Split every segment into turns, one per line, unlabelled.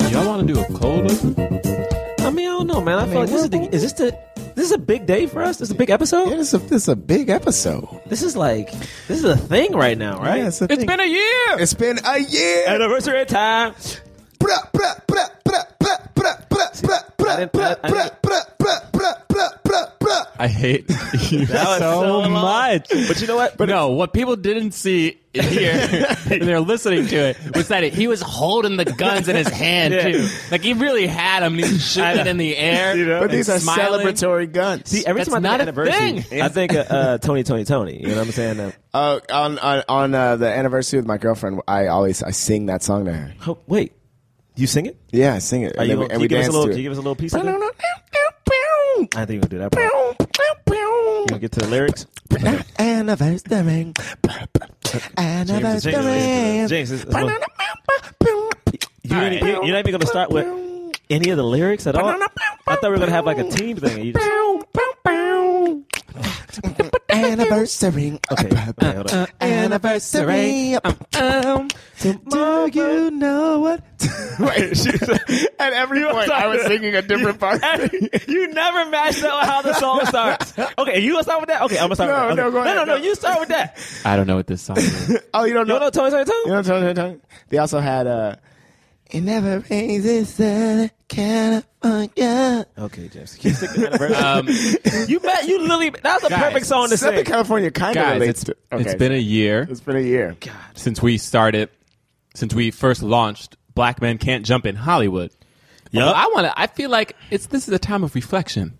want to do a cold open? I mean, I don't know, man. I, feel like this is, the, is this the this is a big day for us. This is a big episode.
Yeah, this is a, this is a big episode.
This is like this is a thing right now, right?
Yeah, it's a
it's
thing.
been a uh, year.
It's been a year.
anniversary time.
Bruh, bruh, bruh, bruh, bruh, bruh, bruh, bruh, bruh,
didn't-
bruh,
I didn't-
bruh, bruh, bruh, bruh, bruh, bruh, bruh.
I hate you
was so
so,
long.
much.
But you know what?
But no, what people didn't see here when they're listening to it was that he was holding the guns in his hand
Yeah.
too. Like he really had them. and He's shooting it in the air.
You know?
and
But these are
smiling.
celebratory guns.
See, every
That's
time I
not a
think of anniversary,
thing.
I think uh, uh, Tony, Tony, Tony. You know what I'm saying? Uh,
Uh, on on, on uh, the anniversary with my girlfriend, I always I sing that song to her.
oh, wait, you sing it?
Yeah, I sing it,
Are you
and, then we,
gonna,
and
can
we
you give us
dance
a little?
to
Can you give
it.
us a little piece of it? I think we're gonna do that. Part. You get to the lyrics.
Anniversary,
James, James,
anniversary.
James, this- this one- You're,
All
gonna-
right.
you're, you're not even gonna start with any of the lyrics at all. I thought we were gonna have like a team thing. You just,
Anniversary.
okay, okay, hold on.
Uh, Anniversary. Um, Do you know what? Wait, she said- at every point I was singing a different part.
you never matched up with how the song starts. Okay, you gonna start with that? Okay, I'm gonna start
No,
with that.
no,
Okay.
go ahead,
no, no,
no.
You start with that.
I don't know what this song is.
Oh, you don't
You
know?
know Tony Tony
You
Tony?
know, tongue, tongue, tongue. They also had uh, "It Never Rains This California."
Okay, James. Keep sticking to anniversary.
Um,
you met you literally that's a
Guys,
perfect song to
Southern
sing.
California kind of
guys,
relates
it's,
to. Okay.
it's been a year
it's been a year.
since we started, since we first launched Black Men Can't Jump in Hollywood.
Yup.
But I want to. I feel like it's this is a time of reflection.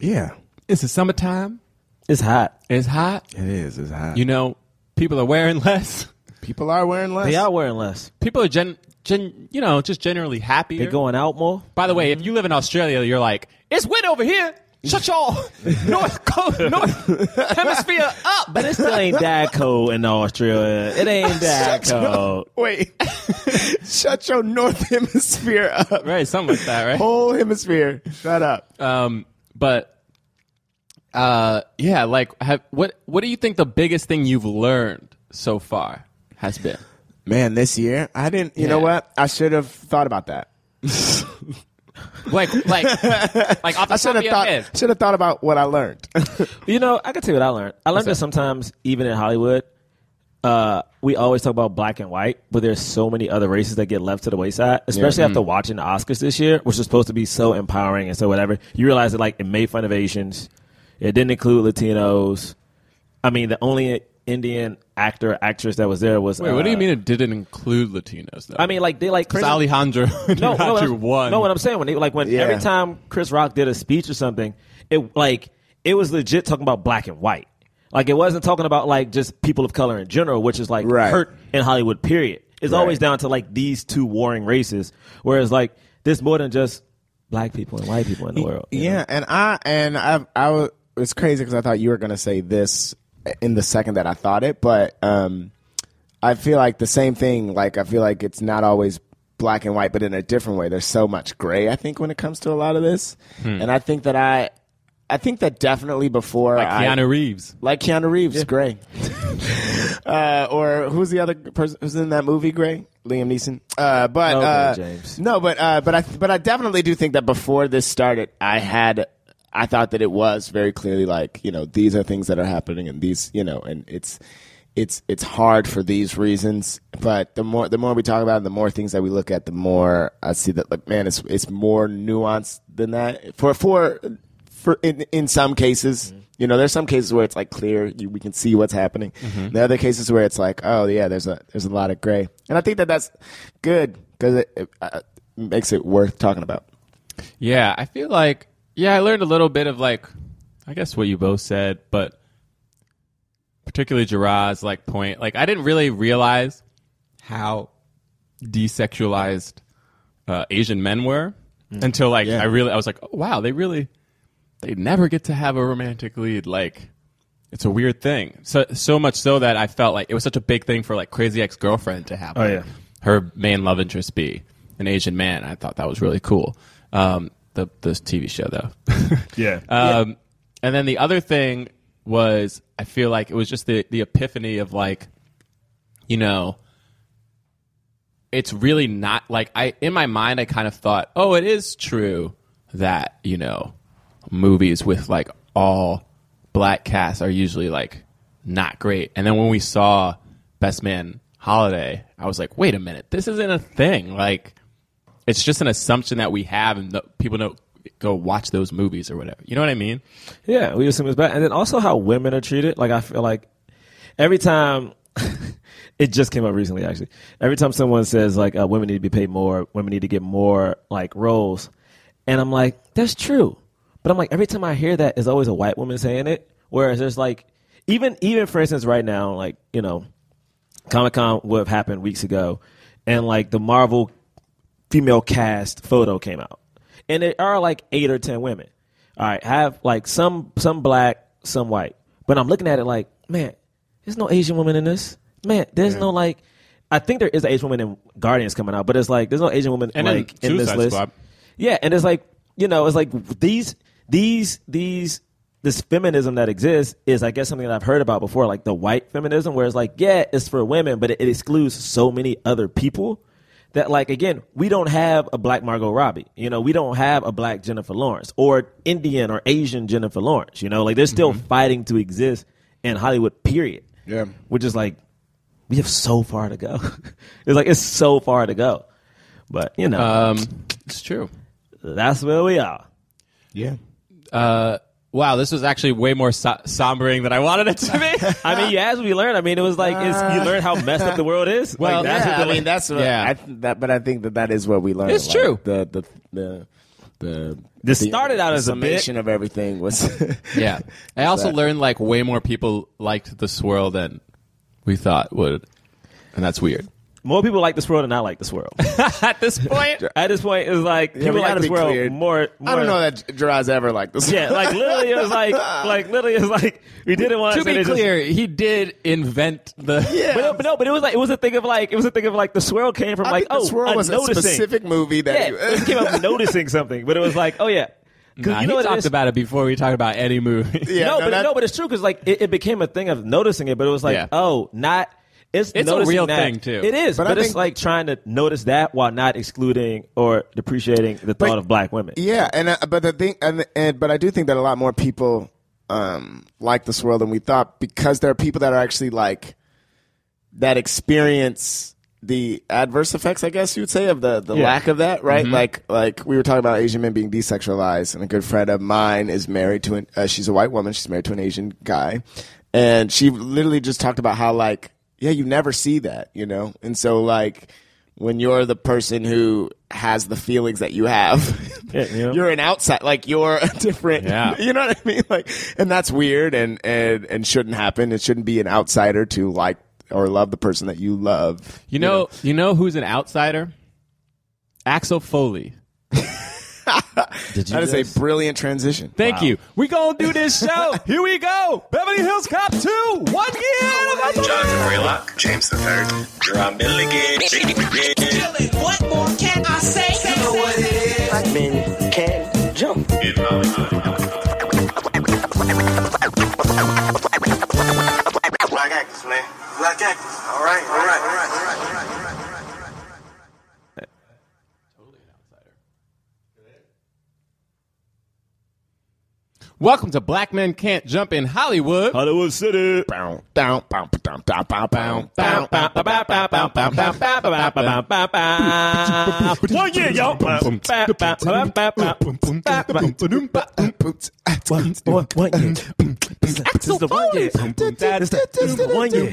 Yeah,
It's the summertime.
It's hot.
It's hot.
it is. It's hot.
You know, people are wearing less.
people are wearing less.
They are wearing less.
people are gen, gen you know just generally happy
They're going out more.
by the way if you live in australia you're like it's wet over here shut y'all north coast north hemisphere up
But it still ain't that cold in Australia. It ain't that
Shut your-
cold.
Wait, shut your North Hemisphere up.
right something like that right
Whole hemisphere, shut up.
um but uh yeah like have, what what do you think the biggest thing you've learned so far has been
Man, this year I didn't. You know
Yeah.
what? I should have thought about that.
like like like off the
I
top
should
of
have
your head
thought. Should have thought about what I learned.
You know, I can tell you what I learned. I learned that sometimes, even in Hollywood, uh, we always talk about black and white, but there's so many other races that get left to the wayside, especially
Mm.
after watching the Oscars this year, which was supposed to be so empowering and so whatever. You realize that like it made fun of Asians, it didn't include Latinos. I mean, the only Indian actor actress that was there was.
wait what do you
uh,
mean it didn't include latinos though
I mean, like they like
It's alejandro
no, no, what I'm-
one
no, what I'm saying when they like when
Yeah.
every time Chris Rock did a speech or something, it like it was legit talking about black and white. Like it wasn't talking about like just people of color in general, which is like
Right.
hurt in Hollywood. Period. It's
Right.
always down to like these two warring races. Whereas like there's more than just black people and white people in the world. you know?
Yeah, and I and I I was it's crazy because I thought you were gonna say this in the second that I thought it, but um, I feel like the same thing. Like I feel like it's not always black and white, but in a different way. There's so much gray. I think when it comes to a lot of this,
Hmm.
and I think that I, I think that definitely before I-
keanu reeves
like Keanu Reeves, Gray, uh, or who's the other person who's in that movey Gray? Liam Neeson. Uh, but
Okay,
uh,
James.
no, but uh, but I but I definitely do think that before this started, I had I thought that it was very clearly like you know these are things that are happening and these you know and it's it's it's hard for these reasons. But the more the more we talk about it, the more things that we look at, the more I see that like man, it's it's more nuanced than that for for for in in some cases. You know, there's some cases where it's like clear, you, we can see what's happening. The other cases where it's like, oh yeah, there's a there's a lot of gray, and I think that that's good because it, it uh, makes it worth talking about.
Yeah, I feel like yeah, I learned a little bit of like I guess what you both said, but particularly Gerard's like point. Like I didn't really realize how desexualized uh, Asian men were until like I really I was like, oh, wow, they really they never get to have a romantic lead. Like it's a weird thing. So so much so that I felt like it was such a big thing for like Crazy Ex Girlfriend to have.
Oh, yeah.
her main love interest be an Asian man. I thought that was really cool. Um, the this TV show though.
Yeah.
Um, And then the other thing was, I feel like it was just the, the epiphany of like, you know, it's really not like I in my mind I kind of thought, oh, it is true that you know movies with like all black casts are usually like not great. And then when we saw Best Man Holiday, I was like, wait a minute, this isn't a thing. Like it's just an assumption that we have, and the, people don't go watch those movies or whatever. You know what I mean?
Yeah, we assume it's bad. And then also how women are treated. Like I feel like every time it just came up recently actually. Every time someone says like uh, women need to be paid more, women need to get more like roles, and I'm like that's true. But I'm like every time I hear that is always a white woman saying it. Whereas there's like even even for instance right now like you know Comic Con would have happened weeks ago, and like the Marvel female cast photo came out, and there are like eight or ten women. All right, have like some some black, some white, but I'm looking at it like, man, there's no Asian woman in this. Man, there's no like, I think there is an Asian woman in Guardians coming out, but it's like there's no Asian woman
And in
like in this
Suicide
list.
Squad.
Yeah, and it's like you know, it's like these these these this feminism that exists is I guess something that I've heard about before, like the white feminism, where it's like, yeah, it's for women, but it, it excludes so many other people that like again, we don't have a black Margot Robbie, you know, we don't have a black Jennifer Lawrence or Indian or Asian Jennifer Lawrence, you know, like they're still fighting to exist in Hollywood, period.
Yeah.
Which is like we have so far to go. it's like it's so far to go. But you know,
Um, it's true.
that's where we are.
Yeah.
Uh, wow, this was actually way more so- sombering than I wanted it to be.
I mean, you as we learned. I mean, it was like it's, you learn how messed up the world is.
Well,
like, Oh, that's
yeah,
what
I
the-
mean that's what
Yeah.
I th- that, but I think that that is what we learned.
It's true.
The the the the
This started out
the
as a bit-
summation of everything was
yeah, I also
That-
learned like way more people liked the swirl than we thought would, and that's weird.
more people like this world than I like this world.
At this point,
At this point, it's like people
we
like
gotta
this
be
world
clear.
more, more.
I don't know that Gerard's ever like this.
Yeah, like literally, it was like like literally, it's like we didn't want
to be clear, he did invent the.
But no, but no, but it was like it was a thing of like it was a thing of like the swirl came from
I
like
think
oh
this world
I'm
was
noticing.
a specific movie
yeah,
that
it came up noticing something, but it was like oh yeah, 'Cause
Nah,
you know
he
what it
talked
is?
about it before we talked about any movie.
Yeah,
no,
no,
but
that-
no, but it's true because like it, it became a thing of noticing it, but it was like,
Yeah.
oh, not. It's,
It's a
noticing
real
that.
thing, too.
It is, but,
But I
it's
think-
like trying to notice that while not excluding or depreciating the thought
But-
of black women.
Yeah, and uh, but the thing, and, and but I do think that a lot more people um, like this world than we thought because there are people that are actually like that experience the adverse effects, I guess you would say, of the the lack of that, right? Like like we were talking about Asian men being desexualized, and a good friend of mine is married to an uh, she's a white woman, she's married to an Asian guy, and she literally just talked about how like yeah, you never see that, you know, and so like. When you're the person who has the feelings that you have,
Yeah, you know?
you're an outside like you're a different
Yeah.
you know what i mean like and that's weird and and and shouldn't happen it shouldn't be an outsider to like or love the person that you love
You know, you know who's an outsider? Axel Foley.
Did you
that is
just-
a brilliant transition
Thank you. We gonna do this show. Here we go. Beverly Hills Cop Two. One year.
John Graylock, James the Third, Drum Milligan.
Dylan, what more can I say? You know what it is.
Black actors, man. Black actors. All right, all right, all right, all right, all right, all right, all right, all right.
Welcome to Black Men Can't Jump in Hollywood.
Hollywood City.
Bow, down, bow, down, down, bow, bow,
Bow,
down,
bow,
bow,
bow, bow, bow, bow, bow, bow, bow, bow, bow, bow.
One year, y'all.
Boom, boom, boom, boom, boom, boom.
boots, ah,
One- one- one year. This is the one year. One year.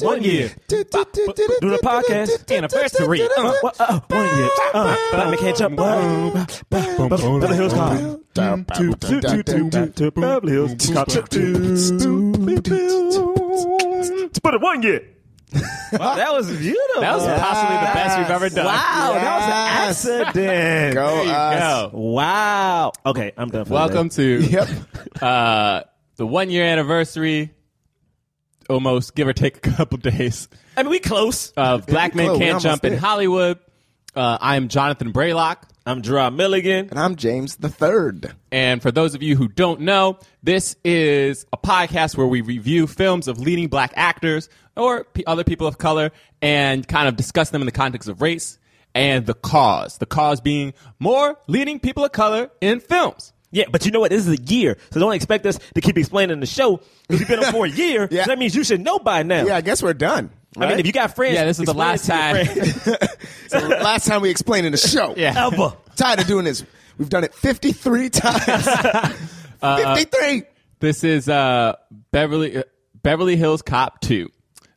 One year. Do the podcast.
Anniversary.
Uh, uh, uh, One year. Uh, Black man can't jump. Uh, Beverly Hills Cop.
down, bow, down, down, down, down, down.
Beverly Hills Cop. But one year. Wow, that was beautiful.
That was possibly the best we've ever done.
Wow, that
Yes.
was an accident.
Go us.
Go.
Wow. Okay, I'm done. For the
Welcome
day.
to
Yep.
uh, the one year anniversary, almost give or take a couple days,
I mean, we close.
of Black Men
close. We
Can't
almost
Jump in
did.
Hollywood. Uh, I'm Jonathan Braylock.
I'm Draw Milligan.
and i'm james the third
And for those of you who don't know, this is a podcast where we review films of leading black actors or p- other people of color and kind of discuss them in the context of race and the cause. The cause being more leading people of color in films.
Yeah, but you know what? This is a year, so don't expect us to keep explaining the show. If you've been on for a year,
Yeah.
so that means you should know by now.
Yeah, I guess we're done.
I mean, if you got friends,
Yeah, this is the
explain
last
it to your
time.
friends.
Last time we explained in the show. yeah.
ever.
Tired of doing this. We've done it 53 times. Uh, 53.
This is uh, Beverly uh, Beverly Hills Cop Two,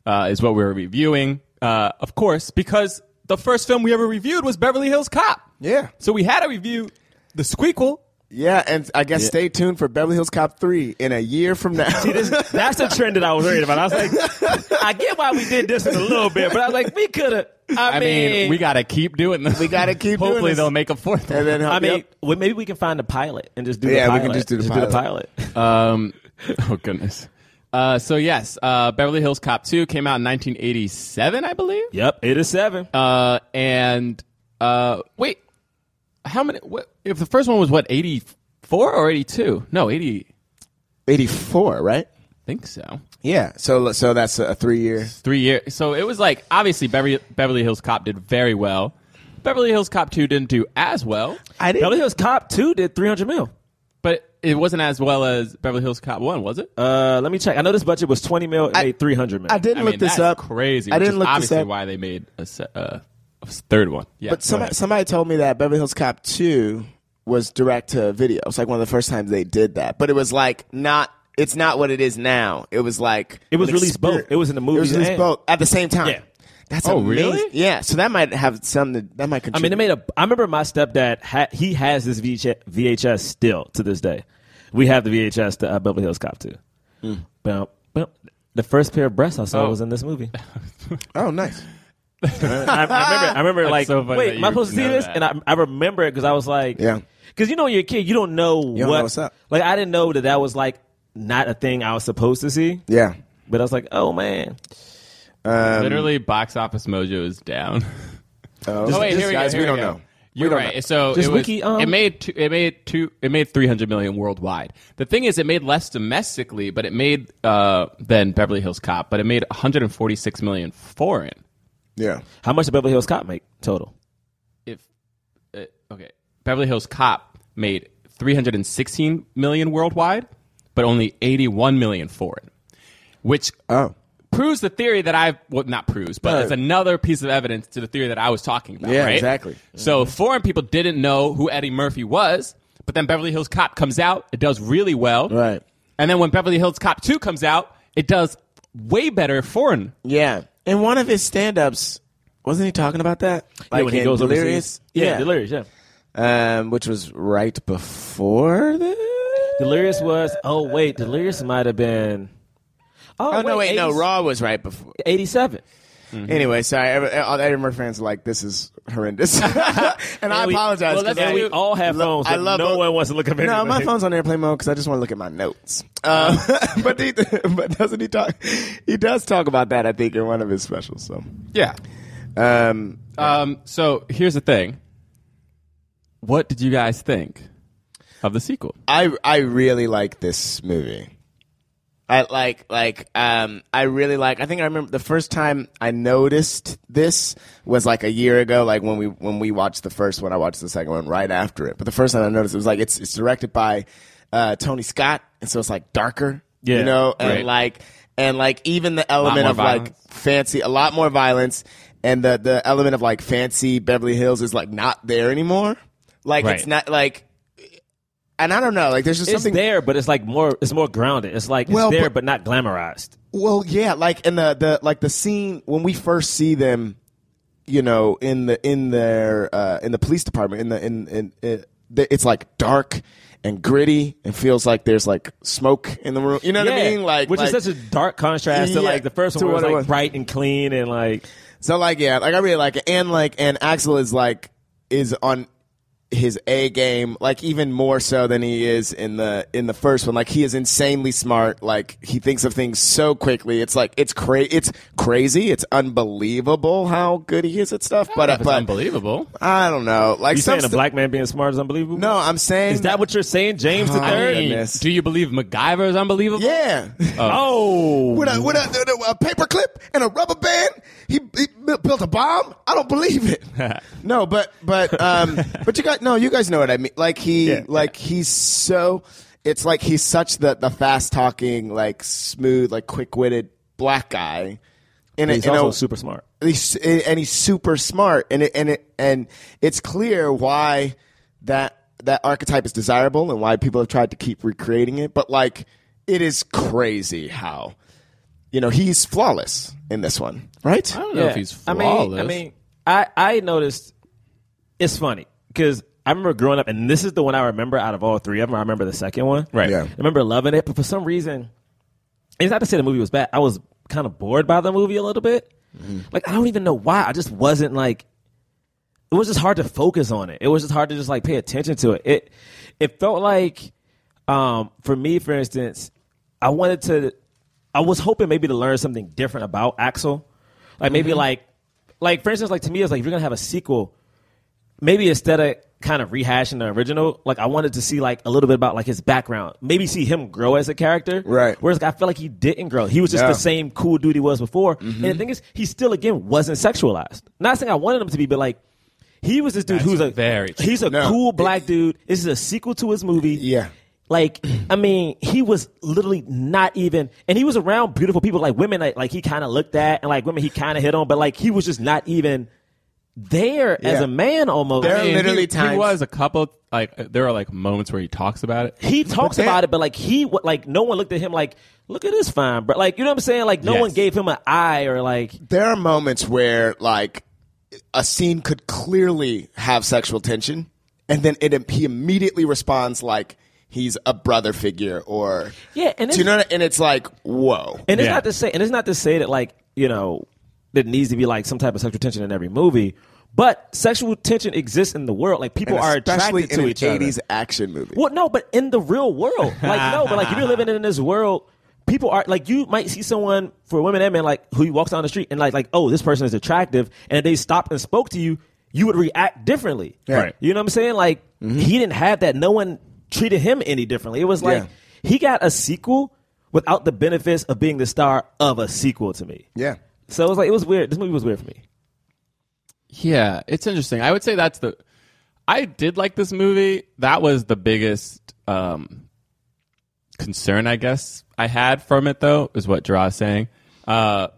uh, is what we're reviewing. Uh, of course, because the first film we ever reviewed was Beverly Hills Cop.
Yeah.
So we had to review the squeakle.
Yeah, and I guess stay tuned for Beverly Hills Cop 3 in a year from now.
That's the trend that I was worried about. I was like, I get why we did this in a little bit, but I was like, we could have. I,
I mean,
mean,
we gotta keep doing this. We
gotta keep doing
Hopefully,
this.
they'll make a fourth.
and
one.
then
I mean,
yep.
well, maybe we can find a pilot and just do
Yeah,
the
we
pilot.
can just do the
pilot.
Um, oh goodness. Uh, so yes, uh, Beverly Hills Cop Two came out in 1987, I believe.
yep, it is seven.
Uh, and uh, wait, how many? What, if the first one was what 84 or 82? No, 80.
84, right?
think so.
Yeah. So so that's a 3 year.
Three years. So it was like obviously Beverly, Beverly Hills Cop did very well. Beverly Hills Cop Two didn't do as well,
I
Beverly Hills Cop two did three hundred mil.
but it wasn't as well as Beverly Hills Cop One, was it?
Uh, let me check. I know this budget was twenty mil. It made three hundred mil.
I didn't
I
look
mean,
this
that's
up.
Crazy.
I
which
didn't
is
look
obviously
this up.
Why they made a, se- uh, a third one? Yeah,
But
go
somebody,
ahead.
somebody told me that Beverly Hills Cop 2 was direct to video. It's like one of the first times they did that. But it was like not it's not what it is now. It was like
It was
an
released both. It was in the
It
movies
was released
and-
both at the same time.
Yeah.
That's
Oh,
amazing.
really?
Yeah, so that might have some that might
I
contribute.
mean, it made a. I remember my stepdad. Ha, he has this VH, VHS still to this day. We have the VHS to uh, Beverly Hills Cop two.
Hmm.
Bump, bump. The first pair of breasts I saw
Oh.
was in this movie.
Oh, nice.
I, I
Ah.
remember. I remember.
That's
Like,
so funny
wait,
that
am I
you
supposed to see
know
this?
that.
And I, I remember it because I was like,
Yeah.
Because you know, when you're a kid, you don't know what.
don't know what's up.
Like, I didn't know that that was like not a thing I was supposed to see.
Yeah.
But I was like, oh man,
Literally, box office mojo is down.
Oh,
Oh wait,
this
here we
guys,
go.
we
here
don't
go.
know.
You're
don't
right.
know.
So
Just
it, was,
wiki, um,
it made two, it made two it made 300 million worldwide. The thing is, it made less domestically, but it made uh, than Beverly Hills Cop, but it made 146 million foreign.
Yeah.
how much did Beverly Hills Cop make total?
If uh, okay, Beverly Hills Cop made 316 million worldwide, but only 81 million foreign, which
Oh.
proves the theory that I well not proves, but
No.
it's another piece of evidence to the theory that I was talking about.
Uh. Yeah,
right?
exactly.
So foreign people didn't know who Eddie Murphy was, but then Beverly Hills Cop comes out, it does really well,
Right.
And then when Beverly Hills Cop Two comes out, it does way better foreign.
Yeah. In one of his stand-ups, wasn't he talking about that? Like
when he
in
goes overseas?
delirious.
Yeah, delirious. Yeah,
um, which was right before the.
delirious was. Oh wait, delirious might have been. Oh,
Oh, no, wait, no,
80
Raw was right before. mm-hmm.
Eighty-seven.
Anyway, sorry, every- all the Edinburgh fans are like, this is horrendous, and, I
we-
apologize.
well,
'cause
that's
I-
what we all have phones, but no one wants to look up
No, my
anything.
phone's on airplane mode because I just want to look at my notes. Um, but he, but doesn't he talk? He does talk about that, I think, in one of his specials. So,
Yeah.
um,
Um. So here's the thing. What did you guys think of the sequel?
I I really like this movie. I like like um I really like I think I remember the first time I noticed this was like a year ago like when we when we watched the first one I watched the second one right after it but the first time I noticed it was like it's it's directed by uh Tony Scott and so it's like darker
Yeah,
you know and
right.
like and like even the element
more
of like
violence.
fancy a lot more violence and the the element of like fancy Beverly Hills is like not there anymore like it's
Right.
not like and I don't know like there's just
It's
something
there, but it's like more. It's more grounded. It's like it's
Well,
there,
but-
but not glamorized.
Well, yeah, like in the, the like the scene when we first see them, you know, in the in their uh, in the police department, in the in in it, it's like dark and gritty, and feels like there's like smoke in the room. You know what I mean? Like
which
like,
is such a dark contrast to
Yeah,
like the first
to
one, where it was
what it
like
was.
bright and clean and like
So like yeah, like I really like it, and like and Axel is like is on his A game, like even more so than he is in the in the first one. Like he is insanely smart. Like he thinks of things so quickly. It's like it's cra- it's crazy. It's unbelievable how good he is at stuff. But
That's
but
unbelievable.
I don't know. Like
You saying
some
a
st-
black man being smart is unbelievable?
No, I'm saying
Is that what you're saying, James the
I
Third?
mean-
Hey,
Goodness.
do you believe MacGyver is unbelievable?
Yeah.
Oh,
With a, with a, with a- a paper clip and a rubber band, he, he bu- built a bomb. I don't believe it. no, but but um, but you guys, no, you guys know what I mean. Like he,
Yeah.
like he's so. It's like he's such the the fast talking, like smooth, like quick witted black guy. In a-
he's
in a-
also super smart.
and he's, and he's super smart and it, and it, and it's clear why that that archetype is desirable and why people have tried to keep recreating it but like it is crazy how you know he's flawless in this one right
I don't know if he's flawless.
I mean, I, mean, I, I noticed it's funny because I remember growing up, and this is the one I remember out of all three of them. I remember the second one. Right.
Yeah.
I remember loving it, but for some reason, it's not to say the movie was bad. I was kind of bored by the movie a little bit.
Mm-hmm.
Like, I don't even know why. I just wasn't like, it was just hard to focus on it. It was just hard to just like pay attention to it. It, it felt like, um, for me, for instance, I wanted to, I was hoping maybe to learn something different about Axel. Like maybe like, like for instance, like to me, it's like if you're gonna have a sequel, maybe instead of kind of rehashing the original, like I wanted to see like a little bit about like his background. Maybe see him grow as a character.
Right.
Whereas I feel like he didn't grow. He was just
Yeah. Mm-hmm.
the same cool dude he was before. And the thing is, he still again wasn't sexualized. Not saying I wanted him to be, but like. He was this dude
That's
who's a
very true.
he's a
No.
cool black dude. This is a sequel to his movie.
Yeah.
Like, I mean, he was literally not even, and he was around beautiful people, like women, like, like he kind of looked at, and like women he kind of hit on, but like he was just not even there as
Yeah.
a man almost.
There are
I mean,
literally
he,
times-
he was a couple. Like there are like moments where he talks about it.
he talks
there-
about it, but like he, wa- like no one looked at him like, look at this fine, but like you know what I'm saying? Like no
Yes.
one gave him an eye or like
there are moments where like a scene could clearly have sexual tension and then it he immediately responds like he's a brother figure or
Yeah, and
Do you
it's-
know what I- and it's like whoa
And it's
Yeah.
not to say, and it's not to say that like you know there needs to be like some type of sexual tension in every movie, but sexual tension exists in the world. Like people
And
are
especially
attracted
in
to
an
each
80s
other.
action movie.
Well, no, but in the real world, like no, but like if you're living in this world, people are like you might see someone for women and men like who you walks down the street and like like oh this person is attractive, and if they stopped and spoke to you, you would react differently.
Right.
You know what I'm saying? Like he didn't have that. No one treated him any differently. It was like he got a sequel without the benefits of being the star of a sequel to me.
Yeah.
So it was like it was weird. This movie was weird for me.
Yeah, it's interesting. I would say that's the. I did like this movie. That was the biggest um, concern, I guess, I had from it, though, is what Draw is saying. Uh,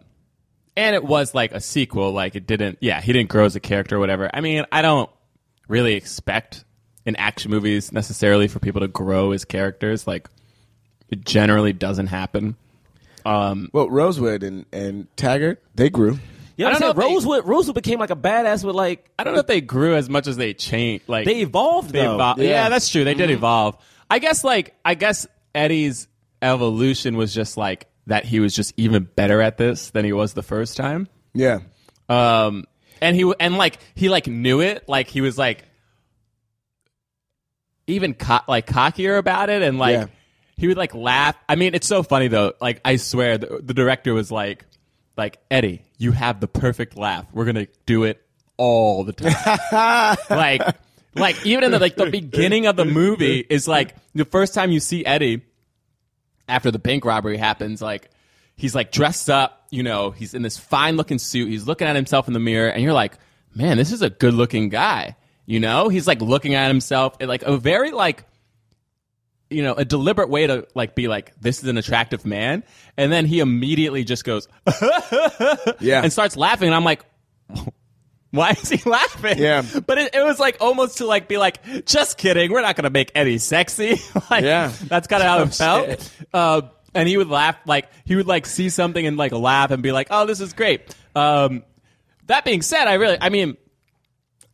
and it was like a sequel. Like, it didn't. Yeah, he didn't grow as a character or whatever. I mean, I don't really expect in action movies necessarily for people to grow as characters. Like, it generally doesn't happen.
Well, Rosewood and, and Taggart, they grew.
You know
I
what
don't know
I'm saying?
if they-
Rosewood Rosewood became like a badass with like
I don't know if they grew as much as they changed. Like,
they evolved Mm-hmm.
They
though.
evol- yeah. that's true. They did evolve. I guess like I guess Eddie's evolution was just like that he was just even better at this than he was the first time.
Yeah.
Um and he w- and like he like knew it, like he was like even co- like cockier about it and like
Yeah.
he would like laugh. I mean, it's so funny though. Like I swear the, the director was like like Eddie, you have the perfect laugh. We're going to do it all the time like like even in the like the beginning of the movie is like the first time you see Eddie after the bank robbery happens like he's like dressed up you know he's in this fine looking suit he's looking at himself in the mirror and you're like man this is a good looking guy you know he's like looking at himself in like a very like you know a deliberate way to like be like this is an attractive man and then he immediately just goes
Yeah.
and starts laughing and i'm like why is he laughing?
Yeah.
But it, it was like almost to like be like, just kidding. We're not going to make Eddie sexy. like,
Yeah. Oh,
That's kind of how it felt. Uh, and he would laugh, like, he would like see something and like laugh and be like, oh, this is great. Um, that being said, I really, I mean,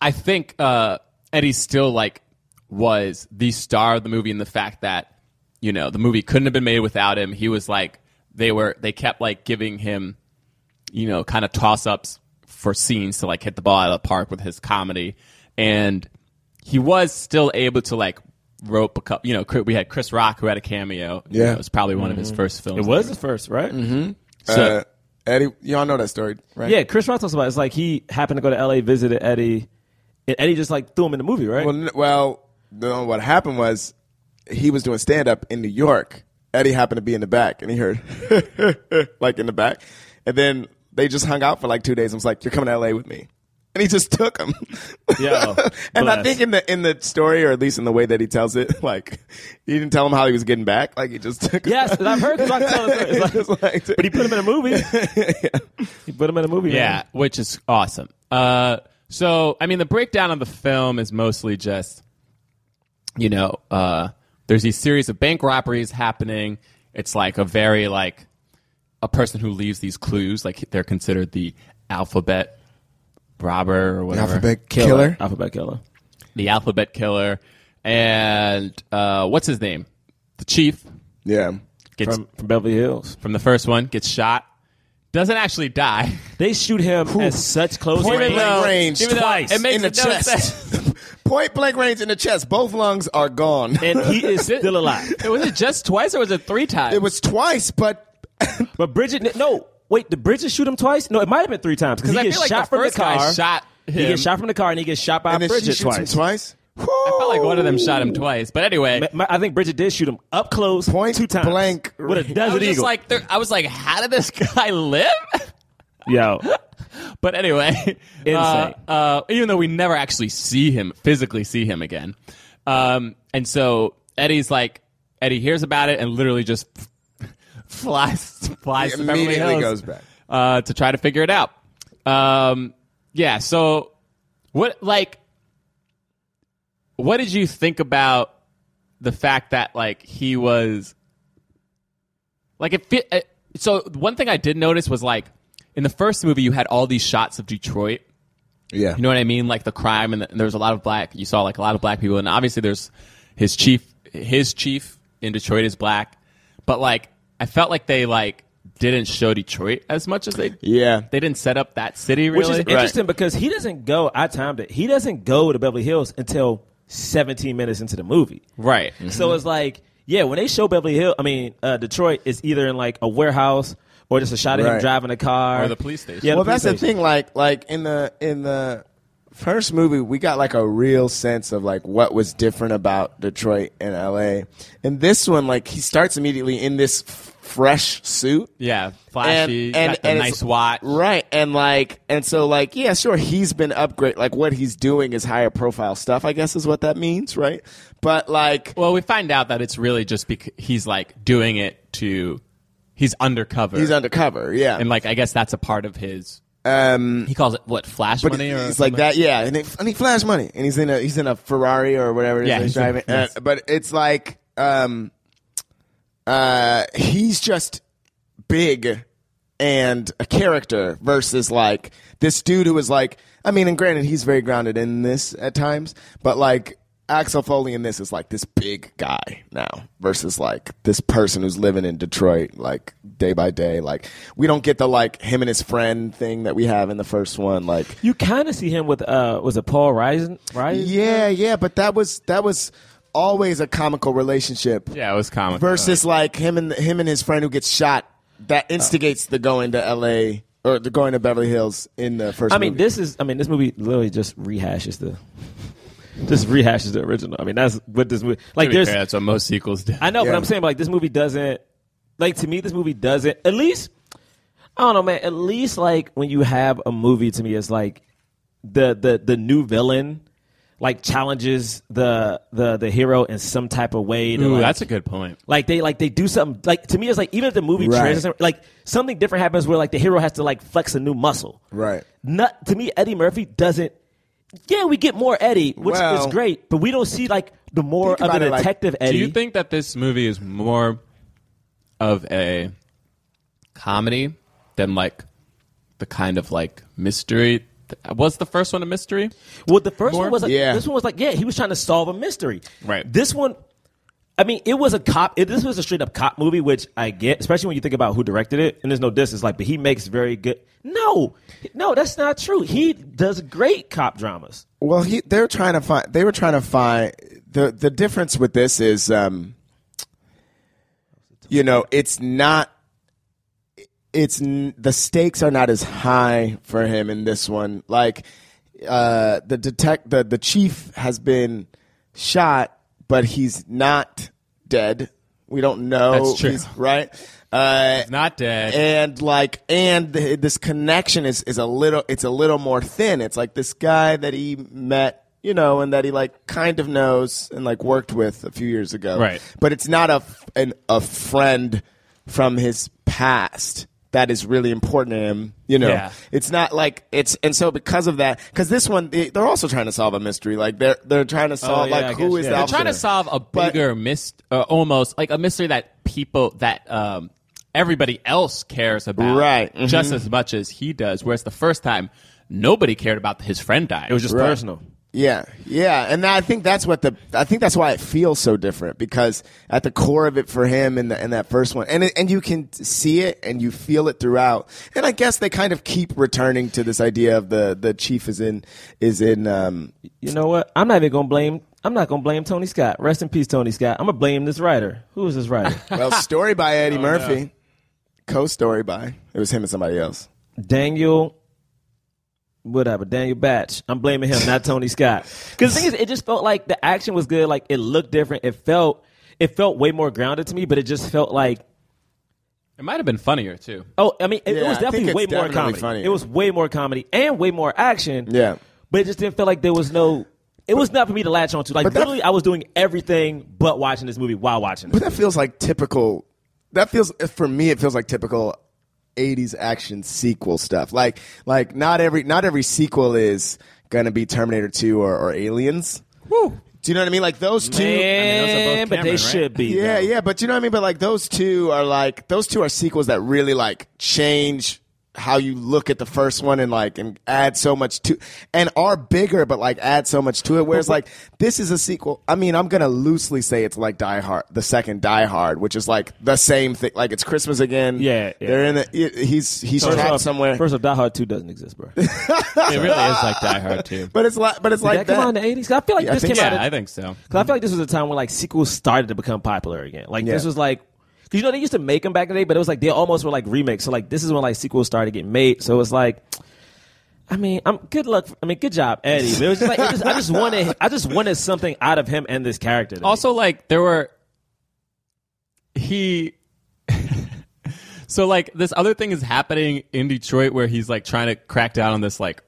I think uh, Eddie still like was the star of the movie in the fact that you know the movie couldn't have been made without him. He was like they were they kept like giving him you know kind of toss ups for scenes to like hit the ball out of the park with his comedy, and he was still able to like rope a couple. You know, Chris- we had Chris Rock who had a cameo. You
Yeah. Mm-hmm.
know, it was probably one of his first films.
It was the first, right?
So-
uh, Eddie, y'all know that story, right?
Yeah, Chris Rock talks about it. it's like he happened to go to L.A. visited Eddie, and Eddie just like threw him in the movie, right?
Well, n- well, no, what happened was he was doing stand up in New York. Eddie happened to be in the back, and he heard like in the back, and then they just hung out for like two days. and was like, "You're coming to LA with me," and he just took him.
Yo,
and
bless.
I think in the in the story, or at least in the way that he tells it, like he didn't tell him how he was getting back. Like he just took.
yes, and I've heard Chris Rock tell this. story. It's like-
It's like-
but he put him in a movie. He put him in a movie.
Yeah,
man.
which is awesome. Uh, so, I mean, the breakdown of the film is mostly just, you know, uh, there's these series of bank robberies happening. It's like a very like a person who leaves these clues, like they're considered the alphabet robber or whatever,
Alphabet
Killer.
killer.
Alphabet Killer.
the alphabet killer, and uh, what's his name, the chief
Yeah.
gets
From, from Beverly Hills.
from the first one gets shot, doesn't actually die.
They shoot him at such close
Point
range.
blank range
even though
twice
it makes
in the
no sense.
chest. Point blank range in the chest. Both lungs are gone.
and he is still alive.
It was it just twice or was it three times?
It was twice, but
But Bridget, no, wait, did Bridget shoot him twice? No, it might have been three times because he
I
gets
feel like
shot
the
from
first
the car.
guy shot
He
him.
gets shot from the car and he gets shot by
and then she
Bridget
shoots him
twice.
twice.
I felt like one of them shot him twice. But anyway,
Oh. Ma- ma- I think Bridget did shoot him up close,
Point
two times,
blank
with a
range.
I
desert
was just
eagle.
like, there, I was like, how did this guy live?
Yo,
But anyway, uh,
Insane.
uh, even though we never actually see him physically see him again, um, and so Eddie's like, Eddie hears about it and literally just flies flies
He
to Beverly
immediately
Hills,
goes back.
uh, to try to figure it out. Um, yeah, so what like what did you think about the fact that like he was like it fit uh, so one thing i did notice was like in the first movie you had all these shots of detroit
Yeah.
you know what i mean like the crime and, the, and there was a lot of black you saw like a lot of black people and obviously there's his chief his chief in detroit is black but like i felt like they like didn't show detroit as much as they
yeah.
they didn't set up that city
which
really
is interesting because he doesn't go. I timed it. He doesn't go to Beverly Hills until 17 minutes into the movie.
Mm-hmm.
right
So it's like, yeah, when they show Beverly Hill, I mean uh, Detroit, it's either in like a warehouse or just a shot of him
Right.
driving a car
Or the police station.
Yeah,
well,
police
that's the
station.
thing. Like, like in the in the first movie, we got like a real sense of like what was different about Detroit and L.A. And this one, like, he starts immediately in this f- fresh suit.
Yeah, flashy, got the
it's-
nice watch.
Right. And like and so like, yeah, sure, he's been upgrade like what he's doing is higher profile stuff, I guess is what that means, right? But like
Well, we find out that it's really just because he's like doing it to, he's undercover.
he's undercover, yeah.
and like I guess that's a part of his.
um
He calls it what flash
but
money, or
he's like
something?
that, yeah, and, it, and he flash money, and he's in a he's in a Ferrari or whatever it is
Yeah,
that he's
he's in-
driving. Uh, but it's like, um, uh, he's just big and a character versus like this dude who is like I mean, and granted he's very grounded in this at times, but like Axel Foley in this is like this big guy now versus like this person who's living in Detroit like day by day. Like we don't get the like him and his friend thing that we have in the first one. Like
You kind of see him with uh, was it Paul Risen? Right?
yeah, yeah, but that was that was always a comical relationship
Yeah, it was comic.
versus like him and him and his friend who gets shot that instigates the going to L.A. or the going to Beverly Hills in the first.
I mean,
movie.
this is. I mean, this movie literally just rehashes the, just rehashes the original. I mean, that's what this movie. Like,
To be
there's.
fair, that's what most sequels do.
I know,
Yeah.
but I'm saying like this movie doesn't. Like to me, this movie doesn't. At least, I don't know, man. At least like when you have a movie, to me, it's like the the the new villain. Like challenges the the the hero in some type of way. to,
Ooh,
like-
that's a good point.
like they like they do something like to me it's like even if the movie
Right.
transitions like something different happens where like the hero has to like flex a new muscle.
Right.
Not to me Eddie Murphy doesn't yeah, we get more Eddie, which is
Well-
great, but we don't see like the more
Think
of a
about it, like,
detective Eddie.
Do you think that this movie is more of a comedy than like the kind of like mystery? Was the first one a mystery?
well, the first
more?
one was like,
Yeah.
this one was like yeah, he was trying to solve a mystery.
Right.
This one I mean, it was a cop. It, this was a straight up cop movie, which I get, especially when you think about who directed it. And there's no diss. It's like, but he makes very good. No, no, that's not true. He does great cop dramas.
Well, he they're trying to find. They were trying to find the the difference with this is, um, you know, it's not. It's n- the stakes are not as high for him in this one. Like uh, the detect the the chief has been shot, but he's not dead. We don't know.
That's true.
He's- right? Uh,
Not dead.
and like and th- this connection is is a little it's a little more thin it's like this guy that he met you know and that he like kind of knows and like worked with a few years ago
Right.
but it's not a f- an, a friend from his past that is really important to him you know
Yeah.
it's not like it's and so because of that because this one they, they're also trying to solve a mystery like they're they're trying to solve
Oh, yeah, I
like who
guess,
is
yeah. They're
the
They're trying to
opposite?
solve a
But-
bigger mystery, uh, almost like a mystery that people that um, everybody else cares about,
Right,
mm-hmm.
mhm.
Just as much as he does. Whereas the first time, nobody cared about his friend died.
It was just
Right.
personal.
Yeah, yeah, and I think that's what the I think that's why it feels so different because at the core of it for him in the in that first one, and it, and you can see it and you feel it throughout, and I guess they kind of keep returning to this idea of the the chief is in is in um
You know what? I'm not even gonna blame. I'm not gonna blame Tony Scott. Rest in peace, Tony Scott. I'm gonna blame this writer. Who is this writer?
well story by Eddie Murphy, co story by it was him and somebody else.
Daniel, whatever, Daniel Batch. I'm blaming him, not Tony Scott. Because the thing is, it just felt like the action was good. Like it looked different. It felt, it felt way more grounded to me. But it just felt like,
It might have been funnier too.
oh, I mean, it, it
Yeah,
was
I think
definitely
it's
way more
definitely
comedy.
funnier.
It was way more comedy and way more action.
Yeah.
But it just didn't feel like there was no. It was not for me to latch onto. Like
But that-
literally, I was doing everything but watching this movie while watching
But
it.
that feels like typical. That feels for me. It feels like typical '80s action sequel stuff. Like like not every not every sequel is gonna be Terminator 2 or, or Aliens. Do you know what I mean? Like those two.
Man, but they
Cameron, right?
should be.
Yeah,
though.
yeah, but you know what I mean. But like those two are like those two are sequels that really like change how you look at the first one and like and add so much to and are bigger, but like add so much to it. Whereas like this is a sequel. I mean, I'm gonna loosely say it's like Die Hard, the second Die Hard, which is like the same thing. Like it's Christmas again.
Yeah, yeah.
they're in the. He's he's trapped
off,
somewhere.
First off, Die Hard Two doesn't exist, bro.
It really is like Die Hard too.
but it's like but it's like
Did that come out in the eighties? I feel like
Yeah, I
this
think
came out.
Yeah,
in-
I think so.
Because I feel like this was a time when like sequels started to become popular again. Like this
Yeah.
was like because you know they used to make them back in the day, but it was like they almost were like remakes. So like this is when like sequels started getting made. So it's like. I mean, I'm good luck. I mean, good job, Eddie. But it was just like it just, I just wanted, I just wanted something out of him and this character. to me.
Also, like there were he. so like this other thing is happening in Detroit where he's like trying to crack down on this like,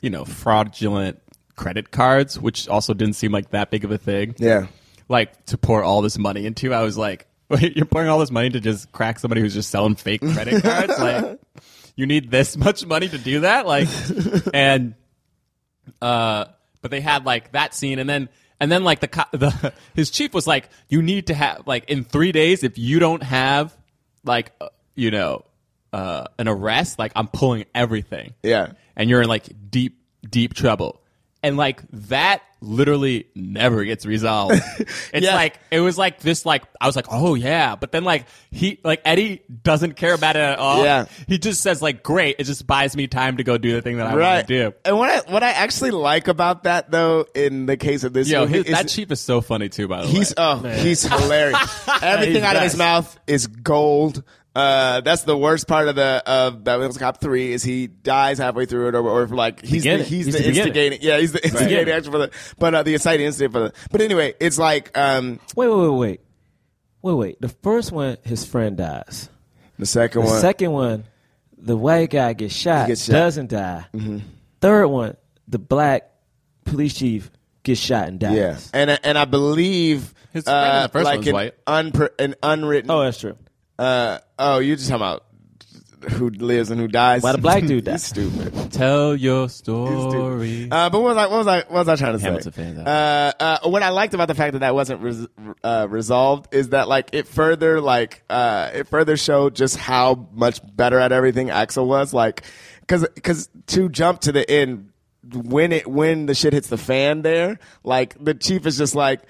you know, fraudulent credit cards, which also didn't seem like that big of a thing.
yeah.
Like to pour all this money into, I was like, wait, you're pouring all this money to just crack somebody who's just selling fake credit cards, like. You need this much money to do that, like, and uh, but they had like that scene, and then and then like the, co- the his chief was like, you need to have like in three days if you don't have like uh, you know uh, an arrest, like I'm pulling everything.
Yeah.
and you're in like deep deep trouble, and like that literally never gets resolved. It's
Yeah.
like it was like this like I was like oh yeah, but then like he like Eddie doesn't care about it at all.
Yeah.
he just says like great, it just buys me time to go do the thing that I
Right.
want to do.
And what I what I actually like about that though, in the case of this,
Yo,
movie
his,
is
that chief is so funny too. By the
He's
way,
oh, he's hilarious. Everything
He's
out of
best.
his mouth is gold. Uh, that's the worst part of the of Beverly Hills Cop three is he dies halfway through it or, or like he's the,
Beginning.
he's,
He's
the,
the beginning.
instigating yeah he's the instigating
Beginning.
actor for the but uh, the inciting incident for the but anyway it's like um
wait, wait, wait, wait, wait, wait. The first one, his friend dies.
the second
The
one
second one, the white guy gets shot, Mm-hmm.
He gets shot.
doesn't die. Third one, the black police chief gets shot and dies.
yeah and I- and I believe
His friend in
uh,
the first
like
one's
an
white.
unpre- an unwritten
Oh, that's true.
uh oh you're just talking about who lives and who dies
Why the black dude
He's
dies.
stupid.
tell your
It's
story.
stupid. Uh, but what was I? What was I? What was I trying to
Hamilton
say?
fans out
Uh, uh, what I liked about the fact that that wasn't res- uh, resolved is that like it further like uh, it further showed just how much better at everything Axel was like because to jump to the end when it when the shit hits the fan there like the chief is just like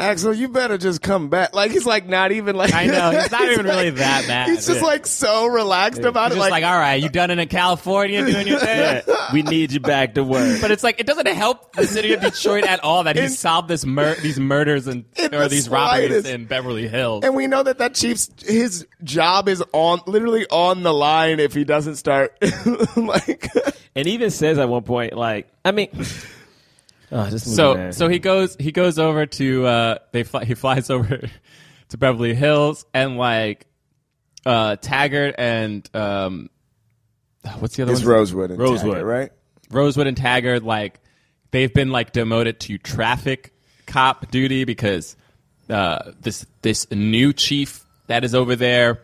Axel, you better just come back. Like he's like not even like
I know. He's not even really that mad.
He's just
Yeah.
like so relaxed about
It's
it.
just like,
Like,
all right, you done it in California doing your thing.
we need you back to work.
But it's like it doesn't help the city of Detroit at all that he
In-
solved this mur- these murders and
In
or
the
these robberies
slightest.
in Beverly Hills.
and we know that that chief's his job is on literally on the line if he doesn't start. like
and even says at one point, like, I mean, oh, this movie,
so
man.
so he goes he goes over to uh they fly, he flies over to Beverly Hills and like uh Taggart and um what's the other
It's
one?
Rosewood. And
Rosewood.
Taggart, right?
Rosewood and Taggart, like they've been like demoted to traffic cop duty because uh, this this new chief that is over there,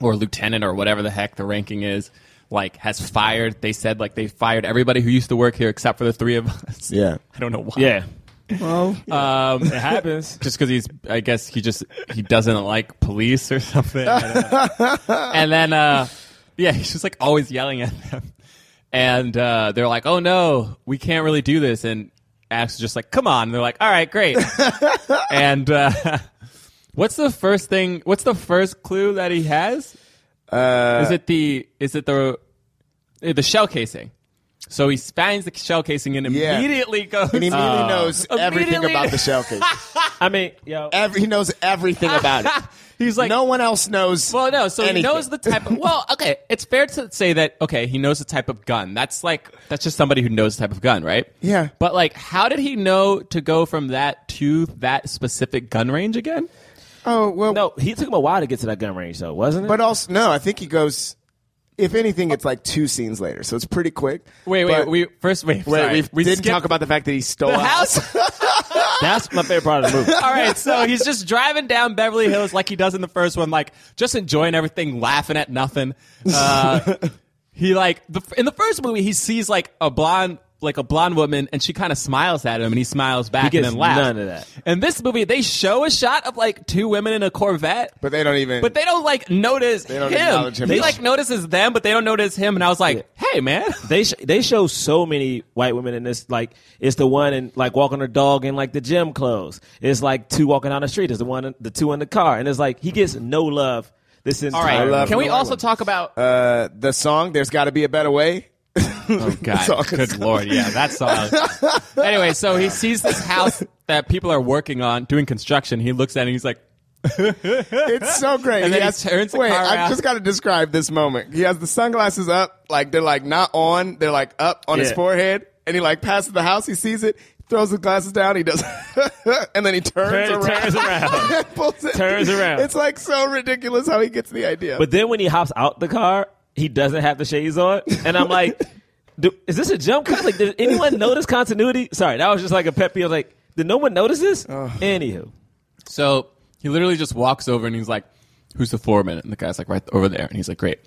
or lieutenant or whatever the heck the ranking is, like has fired. They said like they fired everybody who used to work here except for the three of us.
Yeah.
I don't know why.
yeah,
Um,
it happens.
just because he's i guess he just he doesn't like police or something I don't know. and then uh yeah he's just like always yelling at them and uh they're like oh no we can't really do this and Axe is just like come on and they're like all right great and uh what's the first thing what's the first clue that he has uh is it the is it the eh, the shell casing so he finds the shell casing and
Yeah.
immediately goes
and he immediately knows everything
immediately-
about the shell case.
I mean, yo,
Every, he knows everything about it.
he's like
no one else knows.
Well, no. So he
anything.
knows the type. Of, well, okay. It's fair to say that. Okay, he knows the type of gun. That's like that's just somebody who knows the type of gun, right?
Yeah.
But like, how did he know to go from that to that specific gun range again?
Oh well,
no, he took him a while to get to that gun range, though, wasn't it?
But also, no, I think he goes. If anything, it's like two scenes later, so it's pretty quick.
Wait, wait.
But-
we first wait.
wait,
sorry.
we, didn't
skipped
talk about the fact that he stole
the
a
house.
that's my favorite part of the movie.
All right, so he's just driving down Beverly Hills like he does in the first one, like just enjoying everything, laughing at nothing. Uh, he like the, in the first movie he sees like a blonde like a blonde woman and she kind of smiles at him and he smiles back
gets
and then laughs.
none of that.
In this movie they show a shot of like two women in a Corvette.
But they don't even.
But they don't like notice him.
don't acknowledge him
He
at all.
like notices them, but they don't notice him. And I was like, "Hey, man,
They sh- they show so many white women in this. Like, it's the one in like walking her dog in like the gym clothes. It's like two walking down the street. It's the one, in, the two in the car, and it's like he gets no love. This
all right."
entire
love
Can we
the
also
white
talk about?
uh, the song, "There's Got to Be a Better Way."
Oh
all
God, good
good.
lord, yeah, that song. anyway, so he sees this house that people are working on, doing construction. He looks at it and he's like,
It's so great.
And then he
has-
turns the
Wait,
car
I
around.
just got to describe this moment. He has the sunglasses up, like they're like not on, they're like up on his
Yeah.
forehead, and he like passes the house. He sees it, throws the glasses down, he does, and then he turns
Turn-
around,
turns around.
and pulls it.
Turns around.
It's like so ridiculous how he gets the idea.
But then when he hops out the car, he doesn't have the shades on, and I'm like, do, "Is this a jump cut? Like, did anyone notice continuity?" Sorry, that was just like a pet peeve. I was like, did no one notice this? Anywho,
so he literally just walks over and he's like, "Who's the foreman?" And the guy's like, "Right over there." And he's like, "Great,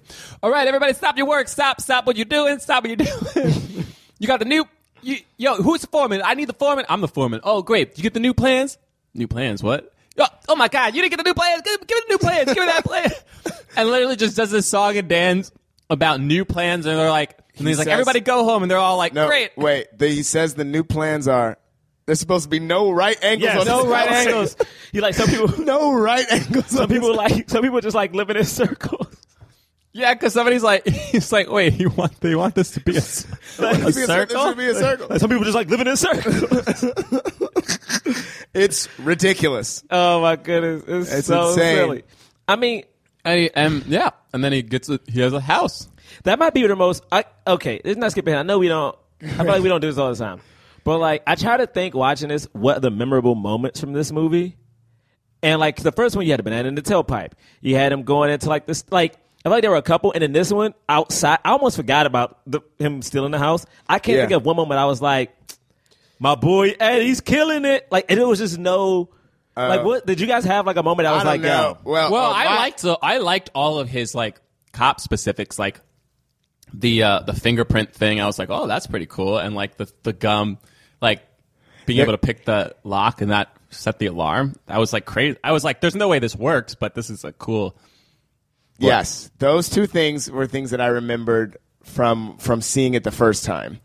all right, everybody, stop your work, stop, stop what you're doing, stop what you're doing. you got the new, you, yo, who's the foreman? I need the foreman. I'm the foreman. Oh, great, you get the new plans. New plans, what? Oh, oh my God, you didn't get the new plans. Give, give me the new plans. Give me that plan. and literally just does this song and dance about new plans, and they're like, and he's like,
says-
"Everybody go home," and they're all like,
no,
"Great."
wait. The, he says the new plans are there's supposed to be no right angles.
Yes,
on
no
this
right
house.
angles. He like some people.
No right angles.
Some
on this
people like some people just like living in circles.
Yeah, because somebody's like, he's like, wait, you want they want this to be a, s- a
This is- This
circle?
would be a circle.
Some people just like living in circles.
It's ridiculous.
oh my goodness, it's,
It's
so
insane.
silly. I mean,
And he- and yeah, and then he gets a, he has a house.
that might be the most. I, okay, let's not skip ahead. I know we don't. I feel like we don't do this all the time, but like I try to think watching this, what are the memorable moments from this movie, and like the first one, you had a banana in the tailpipe. You had him going into like this, like. I feel like there were a couple, and in this one, outside, I almost forgot about the, him stealing the house. I can't
Yeah.
think of one moment I was like, "My boy Eddie's killing it!" Like, and it was just no, like, what did you guys have like a moment? I was
Uh, I don't
like,
know.
"Yo,
Well,
Well,
uh,
I
my-
liked the, I liked all of his like cop specifics, like the uh, the fingerprint thing. I was like, oh, that's pretty cool, and like the the gum, like being able to pick the lock and not set the alarm. I was like crazy. I was like, there's no way this works, but this is a cool.
Yes, those two things were things that I remembered from from seeing it the first time.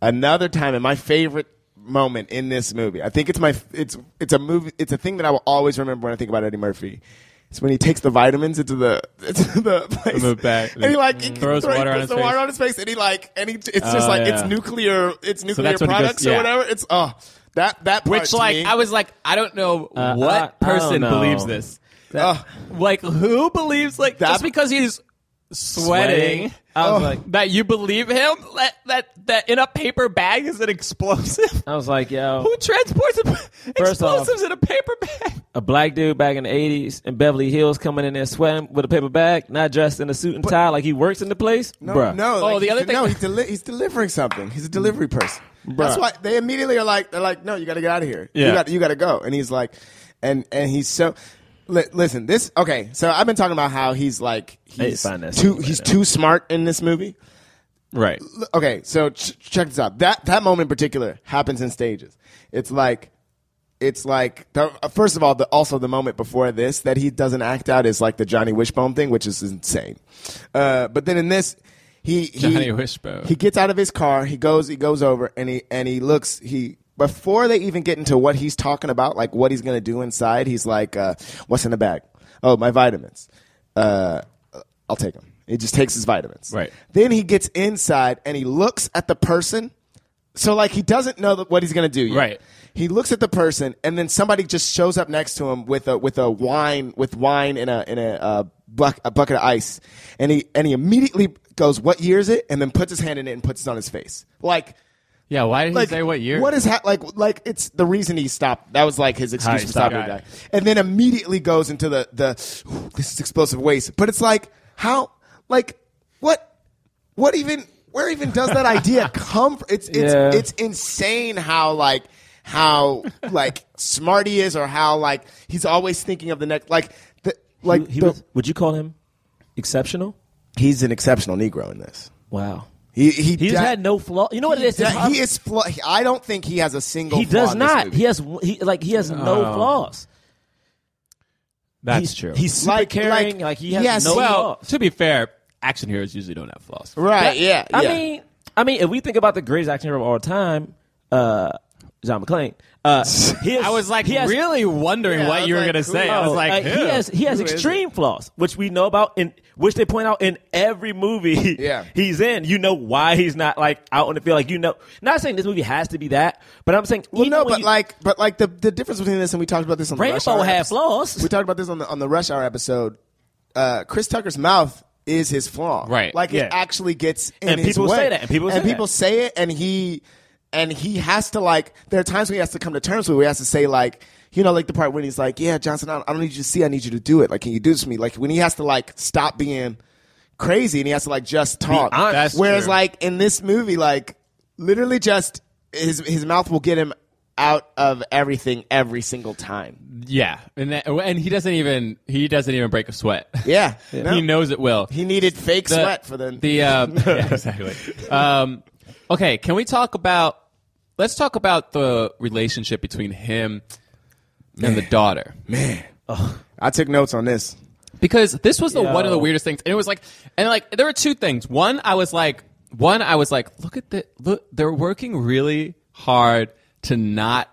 Another time, and my favorite moment in this movie. I think it's my it's it's a movie it's a thing that I will always remember when I think about Eddie Murphy. It's when he takes the vitamins into the into the place
the back.
and he like he
Throws
throw- he
water on
puts
his
the
face.
water on his face and he like and he it's just
Oh,
like it's
yeah.
nuclear it's nuclear
that's when he goes-
products or
yeah.
whatever. It's oh that that part
Which
to
like
me-
I was like, I don't know
Uh, I- I
what
don't
person
know.
believes this.
Ugh.
Like who believes like
That-
just because he's sweating,
Sweating. I
Oh.
was like,
that you believe him that, that that in a paper bag is an explosive?
I was like, yo,
Who transports a,
First off-
explosives in a paper bag?
a black dude back in the '80s in Beverly Hills coming in there sweating with a paper bag, not dressed in a suit and tie like he works in the place,
No,
Bruh.
no.
Oh, the
he's-
other thing-
No, he's, deli- he's delivering something. He's a delivery person. That's why they immediately are like, they're like, no, you got to get out of here. You
Yeah.
got, you got to go. And he's like, and and he's so. Li- listen, this okay. So I've been talking about how he's like he's
find that
too
scene
he's
right now.
too smart in this movie.
Right.
L- Okay, so ch- check this out. That that moment in particular happens in stages. It's like it's like the, uh, first of all, the, also the moment before this that he doesn't act out is like the Johnny Wishbone thing, which is insane. Uh, but then in this, he, he
Johnny Wishbone.
he gets out of his car. He goes he goes over and he and he looks he. Before they even get into what he's talking about, like what he's gonna do inside, he's like, uh, "What's in the bag? Oh, my vitamins. Uh, I'll take them." He just takes his vitamins.
Right.
Then he gets inside and he looks at the person. So like he doesn't know that- what he's gonna do yet.
Right.
He looks at the person, and then somebody just shows up next to him with a with a wine with wine in a in a, uh, buck, a bucket of ice, and he and he immediately goes, "What year is it?" And then puts his hand in it and puts it on his face, like.
Yeah, why did
Like,
he say what year?
What is ha- like? Like it's the reason he stopped. That was like his
Hi,
excuse for
stop.
stopping to
Got
die.
it.
And then immediately goes into the the "Ooh, this is explosive waste. But it's like how like what what even where even does that idea come from? It's it's
Yeah.
it's insane how like how like smart he is or how like he's always thinking of the next like the like
He
the-
was, would you call him exceptional?
he's an exceptional Negro in this.
Wow,
He he
he's
de-
had no flaw. You know what it is?
de-
It's hard-
he is fla- I don't think he has a single.
He
flaw
does
in this
not.
movie.
He has w- he like he has no
Oh.
flaws.
That's
he's,
true.
He's super
Like-
caring.
like-
Like, he has
yes,
no
well,
flaws.
to be fair, action heroes usually don't have flaws.
right. Uh, yeah,
I
yeah.
mean, I mean, if we think about the greatest action hero of all time, uh, John McClane. Uh, he has-
I was like
he has,
really wondering
Yeah, I
what
was
you were
like,
gonna
who-
say. I was
Oh,
like,
like, he
who?
has he has
is
extreme flaws, which we know about in which they point out in every movie
Yeah.
he's in. You know why he's not like out on the field. Like you know, not saying this movie has to be that, but I'm saying
Well,
even
no,
when
but
you-
like, but like the the difference between this and we talked about this on the Rush
Rainbow
Hour
had
episode.
flaws.
We talked about this on the on the Rush Hour episode. Uh, Chris Tucker's mouth is his flaw,
Right,
Like
yeah.
it actually gets in
And
his
people
way.
say that, and people say that.
say it, and he and he has to like. There are times when he has to come to terms with. it, Where he has to say like, you know, like the part when he's like, "Yeah, Johnson, I don't, I don't need you to see. I need you to do it. Like, can you do this for me?" Like when he has to like stop being crazy and he has to like just talk.
honest.
That's
Whereas
true.
like in this movie, like literally just his his mouth will get him out of everything every single time.
Yeah, and that, and he doesn't even he doesn't even break a sweat.
Yeah, No.
he knows it will.
He needed fake sweat for the.
the uh, yeah, exactly. Um, okay, can we talk about? Let's talk about the relationship between him and the daughter
I took notes on this.
because this was the one of
Yo.
the weirdest things, and it was like, and like there were two things. One, I was like, one, I was like, look at the look, they're working really hard to not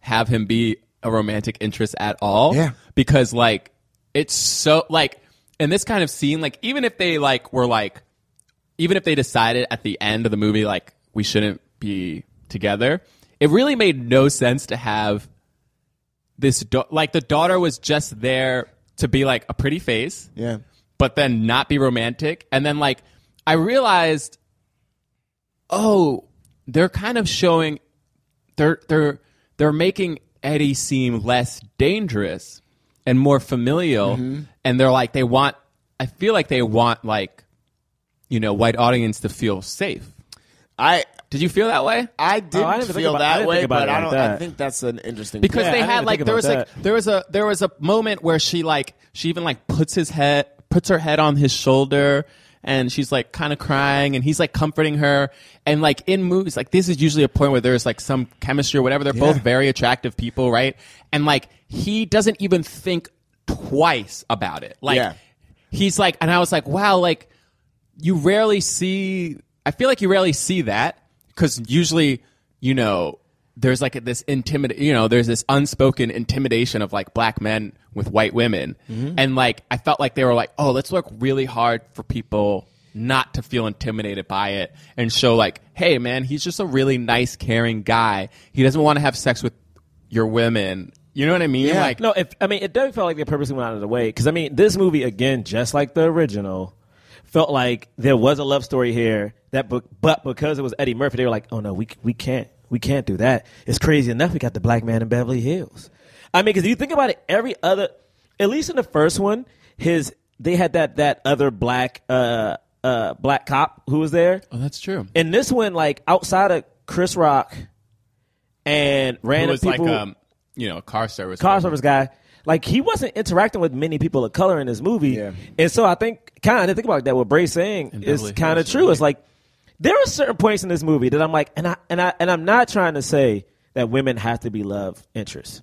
have him be a romantic interest at all.
Yeah.
because like it's so like in this kind of scene, like even if they like were like, even if they decided at the end of the movie like we shouldn't be together, it really made no sense to have this da- like the daughter was just there to be like a pretty face
Yeah,
but then not be romantic and then like i realized oh they're kind of showing they're they're they're making eddie seem less dangerous and more familial and they're like they want i feel like they want like you know white audience to feel safe
I
did you feel that way
I didn't
Oh, I didn't think
feel
about- I
that
didn't
way,
think about
but
it
I
like
don't. I
that.
think that's an interesting
because
Yeah,
they
I
had
didn't
like
think
there
about
was like
that.
there was a there was a moment where she like she even like puts his head puts her head on his shoulder and she's like kind of crying and he's like comforting her and like in movies like this is usually a point where there's like some chemistry or whatever they're both very attractive people right and like he doesn't even think twice about it like
Yeah.
he's like and i was like wow like you rarely see i feel like you rarely see that because usually you know there's like this intimid you know there's this unspoken intimidation of like black men with white women and like i felt like they were like oh let's work really hard for people not to feel intimidated by it and show like hey man he's just a really nice caring guy he doesn't want to have sex with your women you know what i mean like
No, if I mean, it definitely felt like they purposely went out of the way because I mean, this movie again, just like the original, felt like there was a love story here that, book, but because it was Eddie Murphy, they were like, oh no, we we can't we can't do that. It's crazy enough we got the black man in Beverly Hills. I mean, because you think about it, every other, at least in the first one, his they had that that other black uh uh black cop who was there.
oh that's true
In this one, like outside of Chris Rock and
it
random
was like
people,
um you know car service
car service guy. Like he wasn't interacting with many people of color in this movie, and so I think kind of think about that. What Bray's saying is
Beverly
kind of
Hills,
true.
right?
It's like there are certain points in this movie that I'm like, and I and I and I'm not trying to say that women have to be love interests,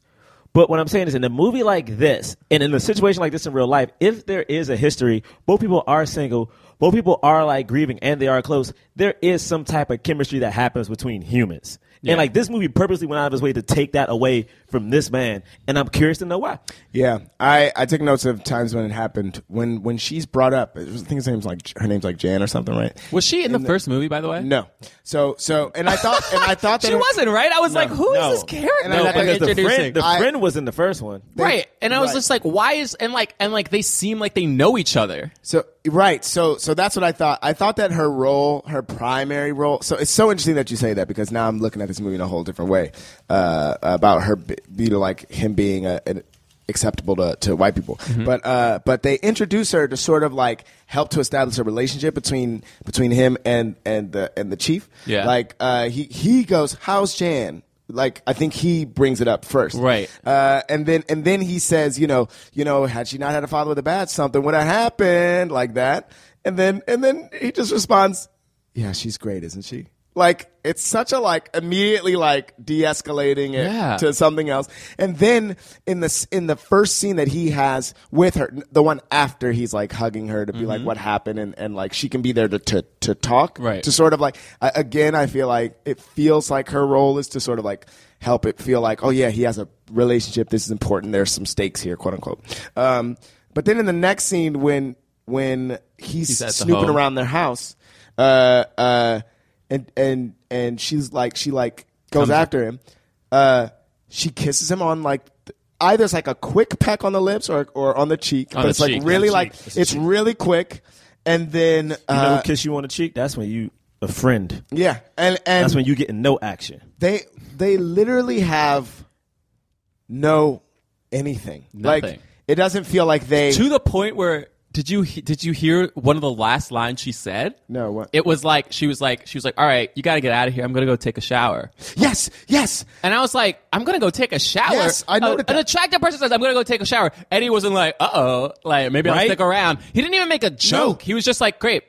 but what I'm saying is in a movie like this, and in a situation like this in real life, if there is a history, both people are single, both people are like grieving, and they are close. There is some type of chemistry that happens between humans. And like this movie purposely went out of his way to take that away from this man, and I'm curious to know why.
Yeah, I, I took notes of times when it happened. When when she's brought up, I think her name's like her name's like Jan or something, right?
was she in the first movie by the way
No. So so, and I thought and I thought that
she
her-
wasn't right i was like who is
no.
this character
And I-
that
because
they're
the friend-
the
introducing?
friend, the
I-
friend was in the first one.
right and i was
Right.
just like why is and like and like they seem like they know each other
So right, so so that's what I thought. I thought that her role, her primary role. So it's so interesting that you say that because now I'm looking at this movie in a whole different way uh, about her, be- you know, like him being a, an acceptable to, to white people. But uh, but they introduce her to sort of like help to establish a relationship between between him and and the and the chief.
Yeah.
like uh, he he goes, "How's Jan?" Like I think he brings it up first,
Right.
uh, and then and then he says, you know, you know, had she not had a father with a badge, something would have happened like that. And then and then he just responds, "Yeah, she's great, isn't she?" Like it's such a like immediately like de-escalating it
Yeah.
to something else. And then in the s- in the first scene that he has with her, the one after he's like hugging her to be like, "What happened?" and and like she can be there to to, to talk,
Right.
to sort of like I, again i feel like it feels like her role is to sort of like help it feel like oh yeah he has a relationship this is important there's some stakes here quote unquote um, but then in the next scene when when he's,
He's at the
snooping
home.
around their house uh, uh, and and and she's like she like goes after him uh, she kisses him on like th- Either it's like a quick peck on the lips or, or on the cheek,
On
but
the
it's like
cheek, on
really
the
like
cheek.
it's, really quick, and then
You know,
uh,
who kiss you on the cheek. That's when you a friend.
yeah, and and
That's when you getting no action.
they they literally have no anything. Like
Nothing.
it doesn't feel like they
to the point where did you he- did you hear one of the last lines she said?
No, what?
It was like she was like she was like, "All right, you got to get out of here. I'm going to go take a shower."
Yes, yes.
And I was like, "I'm going to go take a shower."
Yes, I
know
noted
An
that.
attractive person says, "I'm going to go take a shower." Eddie wasn't like, "Uh-oh, like maybe I'll
Right?
stick around." He didn't even make a joke. He was just like, "Great."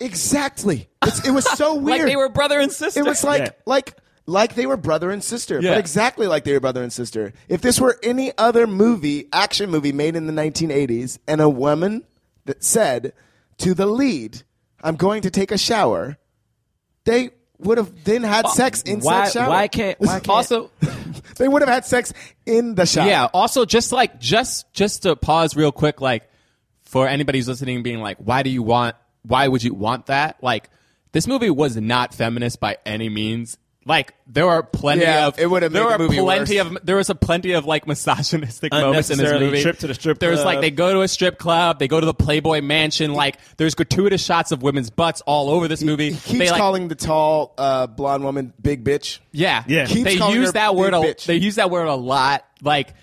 Exactly. It's, it was so weird.
Like they were brother and sister.
It was like
Yeah.
like like they were brother and sister,
Yeah.
but exactly like they were brother and sister. If this were any other movie, action movie made in the 1980s, and a woman that said to the lead, "I'm going to take a shower," they would have then
Uh,
had sex inside
Why?
shower.
Why can't? Why can't?
also
they would have had sex in the shower.
Yeah. Also, just like just just to pause real quick, like for anybody who's listening, and being like, why do you want? Why would you want that? Like, this movie was not feminist by any means. Like there are plenty
Yeah,
of
it would've
there
made
are
the movie
plenty
worse.
of there was a plenty of like misogynistic moments in this
Unnecessarily
movie.
trip to the strip
There's like
club.
they go to a strip club, they go to the Playboy Mansion. Like there's gratuitous shots of women's butts all over this movie.
He keeps
they, like,
calling the tall uh, blonde woman big bitch.
yeah.
Yeah. Keeps
They
calling her
use that
big
word a,
bitch.
they use that word a lot. Like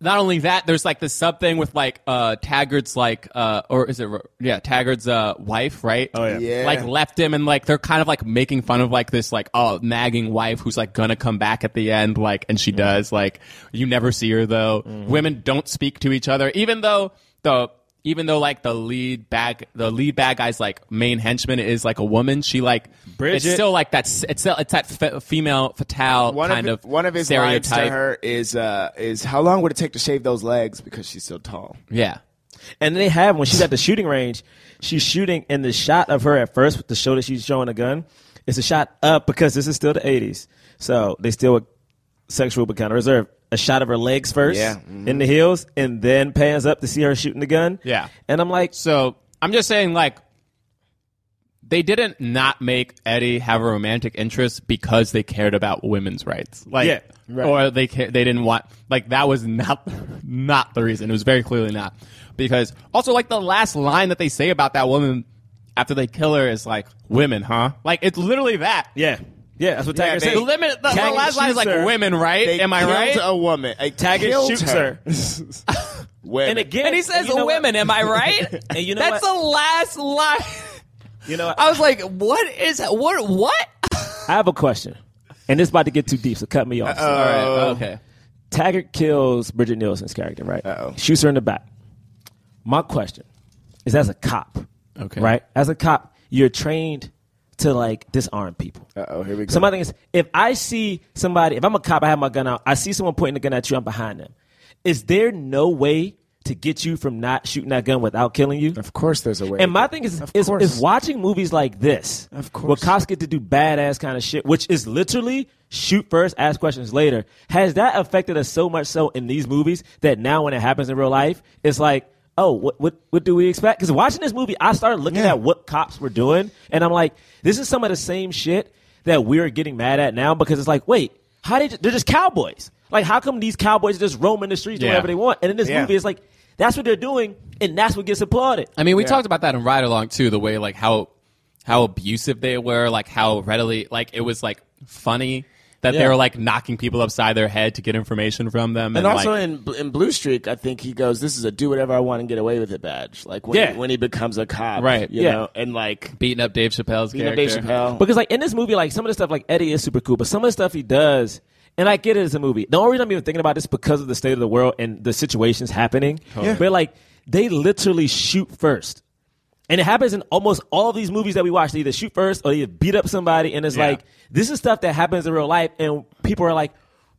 not only that, there's like this sub thing with like uh Taggart's like uh or is it Ro- yeah, Taggart's uh wife, right? Oh
yeah.
Yeah.
Like left him and like they're kind of like making fun of like this like oh nagging wife who's like gonna come back at the end, like and
Mm.
she does, like you never see her though.
Mm-hmm.
Women don't speak to each other, even though the even though like the lead bad the lead bad guy's like main henchman is like a woman, she like
Bridget.
it's still like that's it's still- it's that fe- female fatale
One
kind of,
of, one of his
stereotype.
lines to her is uh, is how long would it take to shave those legs because she's so tall.
Yeah,
And they have when she's at the shooting range, she's shooting in the shot of her at first with the show that she's showing a gun. It's a shot up because this is still the 80s. So they still were sexual but kind of reserved. A shot of her legs first
Yeah.
in the heels and then pans up to see her shooting the gun.
Yeah.
And I'm like,
So I'm just saying, like, they didn't not make Eddie have a romantic interest because they cared about women's rights, like,
Yeah, right.
or they ca- they didn't want like that was not not the reason. It was very clearly not because also like the last line that they say about that woman after they kill her is like women, huh? Like it's literally that.
yeah. Yeah, that's what Tiger
they-
said.
The, limit, the, the
Tag
last line is like
shoots her.
women, right?
They
Am I
killed
right?
A woman. They
Taggart
killed
shoots her.
Women.
And again,
and he says
you know
women, am I right?
And you know
That's
what?
the last line.
What? You know, what?
I was like, what is what what?
I have a question, and it's about to get too deep, so cut me off.
All right, okay.
Taggart kills Bridget Nielsen's character, right? Shoots her in the back. My question is, as a cop,
Okay.
right? As a cop, you're trained to like disarm people.
Uh-oh, Oh, here we go.
So my thing is, if I see somebody, if I'm a cop, I have my gun out. I see someone pointing the gun at you. I'm behind them. Is there no way to get you from not shooting that gun without killing you?
of course, there's a way.
And my thing is,
Of
is,
course.
is watching movies like this,
Of
where
course.
cops get to do badass kind of shit, which is literally shoot first, ask questions later. Has that affected us so much so in these movies that now when it happens in real life, it's like, oh, what what, what do we expect? Because watching this movie, I started looking
Yeah.
at what cops were doing, and I'm like, this is some of the same shit that we're getting mad at now because it's like, wait, how did they're just cowboys? Like, how come these cowboys just roaming the streets doing
Yeah.
whatever they want? And in this
Yeah.
movie, it's like. That's what they're doing, and that's what gets applauded.
I mean, we talked about that in Ride Along too, the way like how how abusive they were, like how readily like it was like funny that they
Yeah.
were like knocking people upside their head to get information from them.
And also
like,
in in Blue Streak, I think he goes, "This is a do whatever I want and get away with it" badge. Like when,
Yeah.
he, when he becomes a cop,
Right.
You
Yeah.
know, and like
beating up Dave Chappelle's
you know,
character.
Dave Chappelle.
Because like in this movie, like some of the stuff like Eddie is super cool, but some of the stuff he does, and I get it as a movie. The only reason I'm even thinking about this is because of the state of the world and the situations happening. But like they literally shoot first. And it happens in almost all of these movies that we watch. They either shoot first or they beat up somebody. And it's
Yeah.
like, this is stuff that happens in real life. And people are like,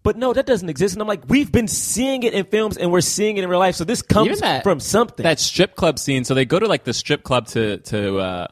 but no, that doesn't exist. And I'm like, we've been seeing it in films and we're seeing it in real life. So this comes
Even that-
from something.
That strip club scene. So they go to like the strip club to to. uh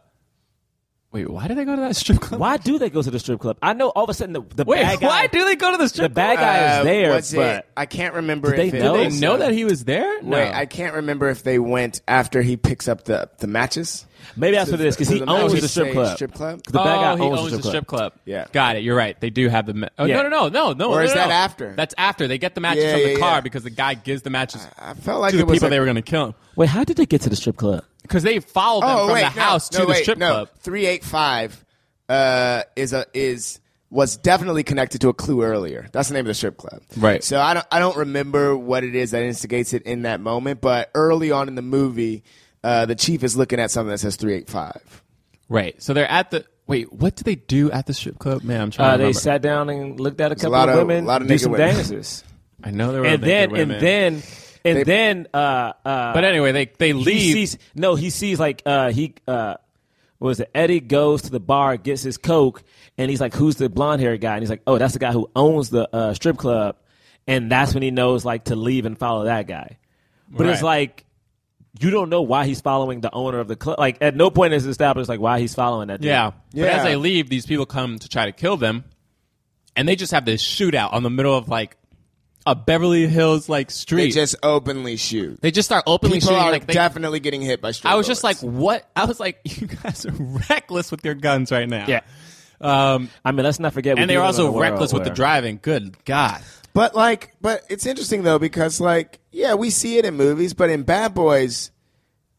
Wait, why do they go to that strip club?
why do they go to the strip club? I know all of a sudden the, the
Wait,
bad guy,
why do they go to the
the
strip
bad
club?
guy
Uh,
is there,
was it-
but
I can't remember.
Did
if
they
it
know?
Did
Oh,
they
was,
know
uh,
that he was there? No.
Wait, I can't remember if they went after he picks up the the matches.
Maybe that's what it is because
So
he
the
owns
matches
the strip
say
club.
Strip club.
The bad guy
oh, he
owns,
owns
the strip club.
Yeah.
Got it. You're right. They do have the. Ma- oh,
Yeah.
No, no, no, no, no.
Or
no,
is
no,
that
no.
after?
That's after. They get the matches
Yeah,
from the
yeah,
car
yeah.
because the guy gives the matches
I felt like
to the
it was
people
like,
they were going to kill him
Wait, how did they get to the strip club?
because they follow them from the
no,
house
no,
to
Oh, wait,
the strip
no.
club.
Three eight five uh, is a is was definitely connected to a clue earlier. That's the name of the strip club,
Right.
So I don't I don't remember what it is that instigates it in that moment, but early on in the movie, uh, the chief is looking at something that says three eight five.
Right. So they're at the. Wait, what do they do at the strip club? Man, I'm trying
Uh,
to
they
remember.
sat down and looked at a couple
lot
of
of-
women,
lot of
do
naked
some
women.
dances,
I know there were
and then
naked
and
women.
then and then uh uh.
But anyway, they they
he
leave.
sees no, he sees like uh he uh what was it Eddie goes to the bar, gets his coke, and he's like, "Who's the blonde haired guy?" And he's like, "Oh, that's the guy who owns the uh, strip club," and that's when he knows like to leave and follow that guy. But it's
Right.
like. You don't know why he's following the owner of the club. Like at no point is it established like why he's following that. Dude.
yeah. But
Yeah.
as they leave, these people come to try to kill them, and they just have this shootout on the middle of like a Beverly Hills like street.
They just openly shoot.
They just start openly
People
shooting.
are
like they,
definitely getting hit by strip.
I was just like,
bullets.
what? I was like, you guys are reckless with your guns right now.
Yeah.
Um,
I mean, let's not forget. we
and they
do
were
live in a
also
world
reckless with the
where-
driving. Good God.
But like, but it's interesting though because like, yeah, we see it in movies, but in Bad Boys,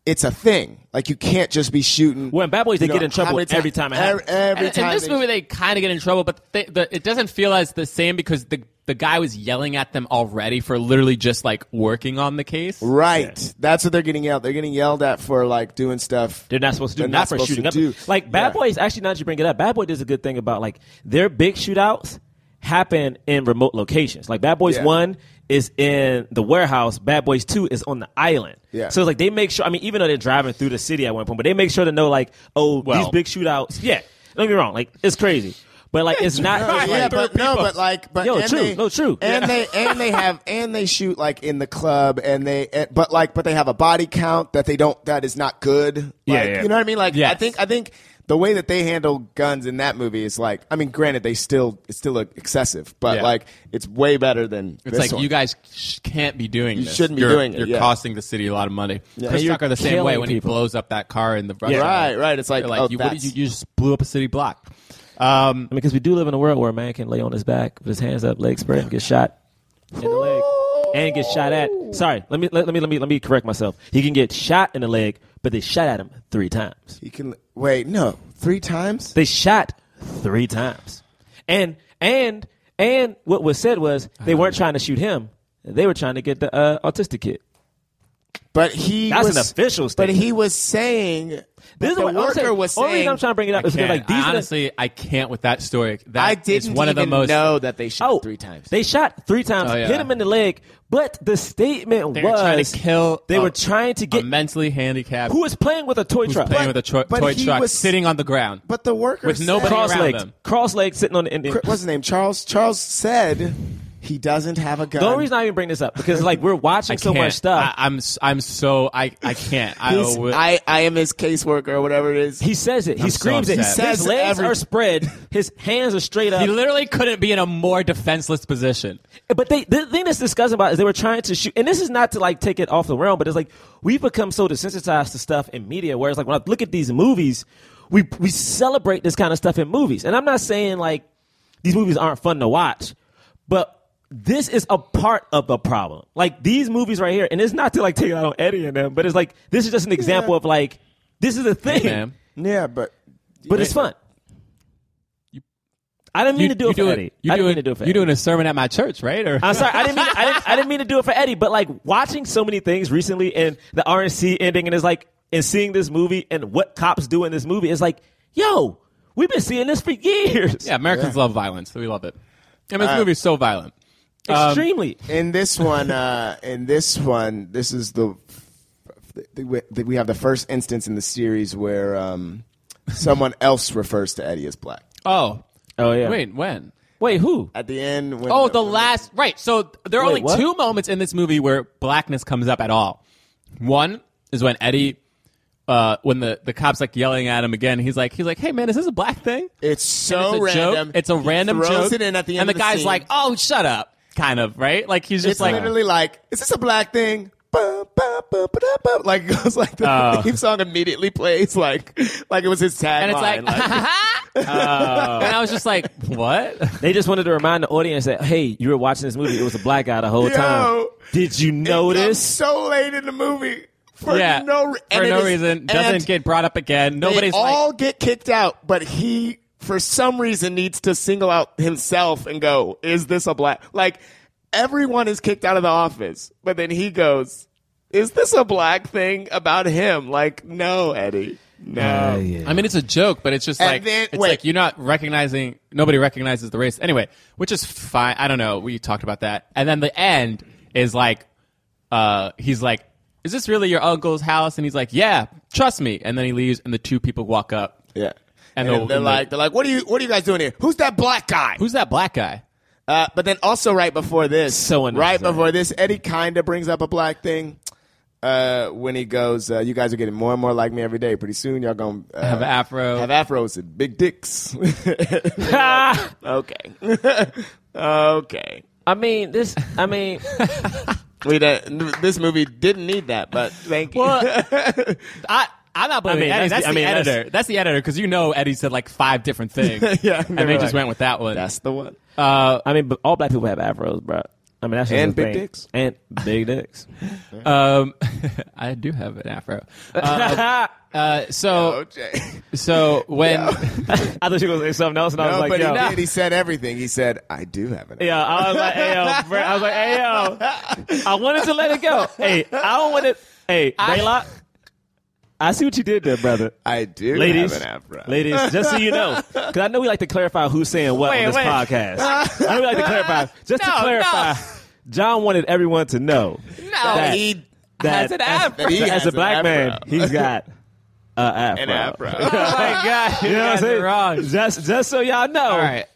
it's a thing. Like you can't just be shooting.
Well, in Bad Boys, they
you
get in trouble
how many
every
ti-
time it
ev-
happens.
Every,
And-
time.
in this
they-
movie, they kind of get in trouble, but they, the, it doesn't feel as the same because the the guy was yelling at them already for literally just like working on the case.
right? That's what they're getting yelled. They're getting yelled at for like doing stuff.
They're not supposed to do
They're
not,
not
for
supposed
shooting
to
up.
do.
Like Bad
Yeah.
Boys, actually, now that you bring it up, Bad Boy does a good thing about like their big shootouts happen in remote locations. Like Bad Boys
Yeah.
One is in the warehouse. Bad Boys Two is on the island.
Yeah.
So it's like they make sure. I mean, even though they're driving through the city at one point, but they make sure to know like, oh, these
Well.
big shootouts. Yeah. Don't get me wrong. Like it's crazy, but like it's not.
Right,
it's
yeah,
like-
but no, but like, but
Yo,
and
true,
they,
no, true.
and they and they have and they shoot like in the club, and they and, but like, but they have a body count that they don't that is not good. Like,
Yeah, yeah.
you know what I mean. Like, I
Yes.
think I think the way that they handle guns in that movie is like, I mean, granted, they still it's still excessive, but
Yeah.
like it's way better than
It's
this
like
one.
you guys sh- can't be doing
You
this.
shouldn't be
You're-
doing it,
You're
yeah.
costing the city a lot of money. Chris
And you're
Tucker the same way
killing
when
people.
he blows up that car in the
Yeah.
Right, right. It's like,
You're
oh,
like you, what did
that's-
you, you just blew up a city block. Um,
I mean, because we do live in a world where a man can lay on his back with his hands up, legs spread, and get shot in the leg, and get shot at. Sorry, let me let, let me let me let me correct myself. He can get shot in the leg, but they shot at him three times.
You can wait. No, three times.
They shot three times, and and and what was said was they weren't trying to shoot him; they were trying to get the uh, autistic kid.
But he
That's
was,
an official
But
statement.
he was saying
This is
the
what I'm
worker
saying.
was
Only reason
saying.
I'm trying to bring it up is because
can't-
like these
I
are the-
honestly, I can't with that story. That
I
is
didn't
one of the
even
most.
know that they shot
Oh,
three times.
They shot three times,
Oh, yeah.
hit him in the leg, but the statement
They were
was
trying to kill.
They
a-
were trying to
a
get
mentally handicapped
who was playing with a toy
who's
truck,
playing
But-
with a tro-
but
toy
he
truck,
was-
sitting on the ground.
but the worker
With
said-
nobody-
cross
around
legs,
them.
cross legs sitting on the Indian.
Cri- What's his name? Charles. Charles said he doesn't have a gun.
The only reason I even bring this up because like we're watching so
Can't.
much stuff.
I, I'm s- I'm so I I can't. I,
He's-
will-
I, I am his caseworker or whatever it is.
he says it. He
I'm so
screams it.
upset.
He
His
says
legs
every-
are spread. His hands are straight up.
he literally couldn't be in a more defenseless position.
But they, the thing that's disgusting about it is they were trying to shoot, and this is not to like take it off the realm, but it's like we've become so desensitized to stuff in media. Whereas like when I look at these movies, we we celebrate this kind of stuff in movies, and I'm not saying like these movies aren't fun to watch, but this is a part of the problem. Like these movies right here, and it's not to like take it out on Eddie and them, but it's like this is just an example of like this is a thing,
Man,
yeah, but
but it's fun. I didn't mean to do it for Eddie.
You
I didn't
doing,
mean to do it for
you
Eddie.
doing a sermon at my church, right? Or
I'm sorry, I didn't mean I didn't, I didn't mean to do it for Eddie, but like watching so many things recently and the RNC ending and it's like and seeing this movie and what cops do in this movie is like, yo, we've been seeing this for years.
yeah, Americans love violence. We love it. I mean, this
Uh,
movie's so violent.
Extremely.
in this one, uh, in this one, this is the we have the first instance in the series where um, someone else refers to Eddie as black
Oh,
oh yeah.
wait, when?
Wait, who?
at the end. When
Oh, the last right. So there are
Wait,
only
what?
two moments in this movie where blackness comes up at all. One is when Eddie, uh, when the the cops like yelling at him again. He's like, he's like, hey man, is this a black thing? it's
It's so
a
random.
joke. It's a
He
random
throws
joke.
it in at the end,
and
of
the guy's
scene.
like, "Oh, shut up," kind of right. Like he's just
it's
like,
literally like, is this a black thing? Ba, ba, ba, ba, da, ba. Like it goes like the
Oh.
theme song immediately plays like like it was his tagline.
and it's like, and I was just like, "What?"
They just wanted to remind the audience that hey, you were watching this movie. It was a black guy the whole
Yo.
time. Did you
it comes
notice?
so late in the movie for
yeah,
no re- and
for
it
no
is-
reason.
and
Doesn't get brought up again.
they
Nobody's like,
all get kicked out, but he for some reason needs to single out himself and go, "Is this a black?" Like everyone is kicked out of the office, but then he goes, "Is this a black thing about him?" Like, no, Eddie, no.
Oh. I mean, it's a joke, but it's just
And
like
then-
it's
wait.
like you're not recognizing. Nobody recognizes the race anyway, which is fine. I don't know. We talked about that, and then the end is like, uh, he's like, "Is this really your uncle's house?" And he's like, "Yeah, trust me." And then he leaves, and the two people walk up.
Yeah.
And
And,
the-
they're
and the-
like, they're like, what are you, what are you guys doing here? Who's that black guy?
Who's that black guy?
Uh, but then also right before this,
So
right
unnecessary.
before this, Eddie kind of brings up a black thing uh, when he goes, uh, "You guys are getting more and more like me every day. Pretty soon, y'all gonna uh,
Have an afro.
have afros and big dicks." okay, okay.
I mean, this. I mean,
We done, this movie didn't need that, but thank you.
Well, I. I'm not blaming
I mean,
Eddie. That's,
that's the-
the
I mean, that's-
editor. That's, the editor because you know Eddie said like five different things,
Yeah,
and
they
they
were
just
like,
went with that one.
That's the one.
I mean, but all black people have afros, bro. I mean, that's just
And
a thing.
big dicks.
and big dicks.
Um, I do have an afro. Uh, uh, so,
Okay.
so when
I thought you were gonna say something else, and I was
No,
like,
Oh, but
yo.
he did. He said everything. He said, "I do have an."
Yeah, I was like, hey, yo, bro. I was like, hey, yo. I wanted to let it go. Hey, I don't want to. Hey, Baylock, I see what you did there, brother.
I do
Ladies,
have an afro.
ladies, just so you know, because I know we like to clarify who's saying what
Wait,
on this
wait.
podcast. I know we like to clarify. Just
No,
to
no.
clarify, John wanted everyone to know that,
he
that
has an
as,
afro.
He
as
has
a
an
black man,
afro.
he's got an afro.
an afro.
oh my god, you
You know what I'm
guys are
saying?
wrong. Oh,
Just, just so y'all know,
All right,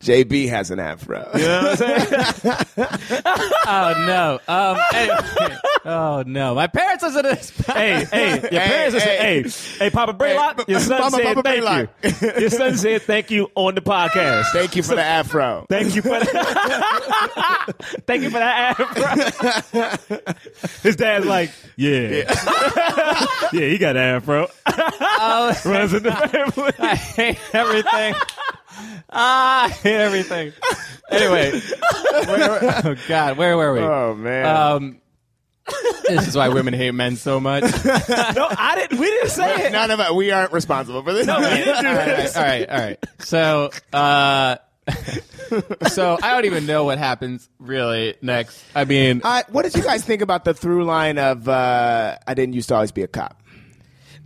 JB has an afro.
Oh no. Um, anyway. Oh no. My parents listen to this.
Hey, hey, your parents
hey.
hey. are saying, hey, hey, Papa Braylock,
Hey,
your son
Mama,
said
Papa
thank you. Your son said thank you on the podcast.
Thank you for the afro.
Thank you for that. thank you for that afro. His dad's like, yeah. Yeah, he got an afro. Runs in the family.
Oh. I hate everything. Ah, I hate everything. Anyway. Where- oh God, where were we?
Uh.
Oh man.
Um, this is why women hate men so much.
No, I didn't. We didn't say it.
None of us. We aren't responsible for this.
we didn't do
all
that.
right, all right, all right. So, uh, so I don't even know what happens really next. I mean,
Uh, what did you guys think about the through line of uh, "I didn't used to always be a cop"?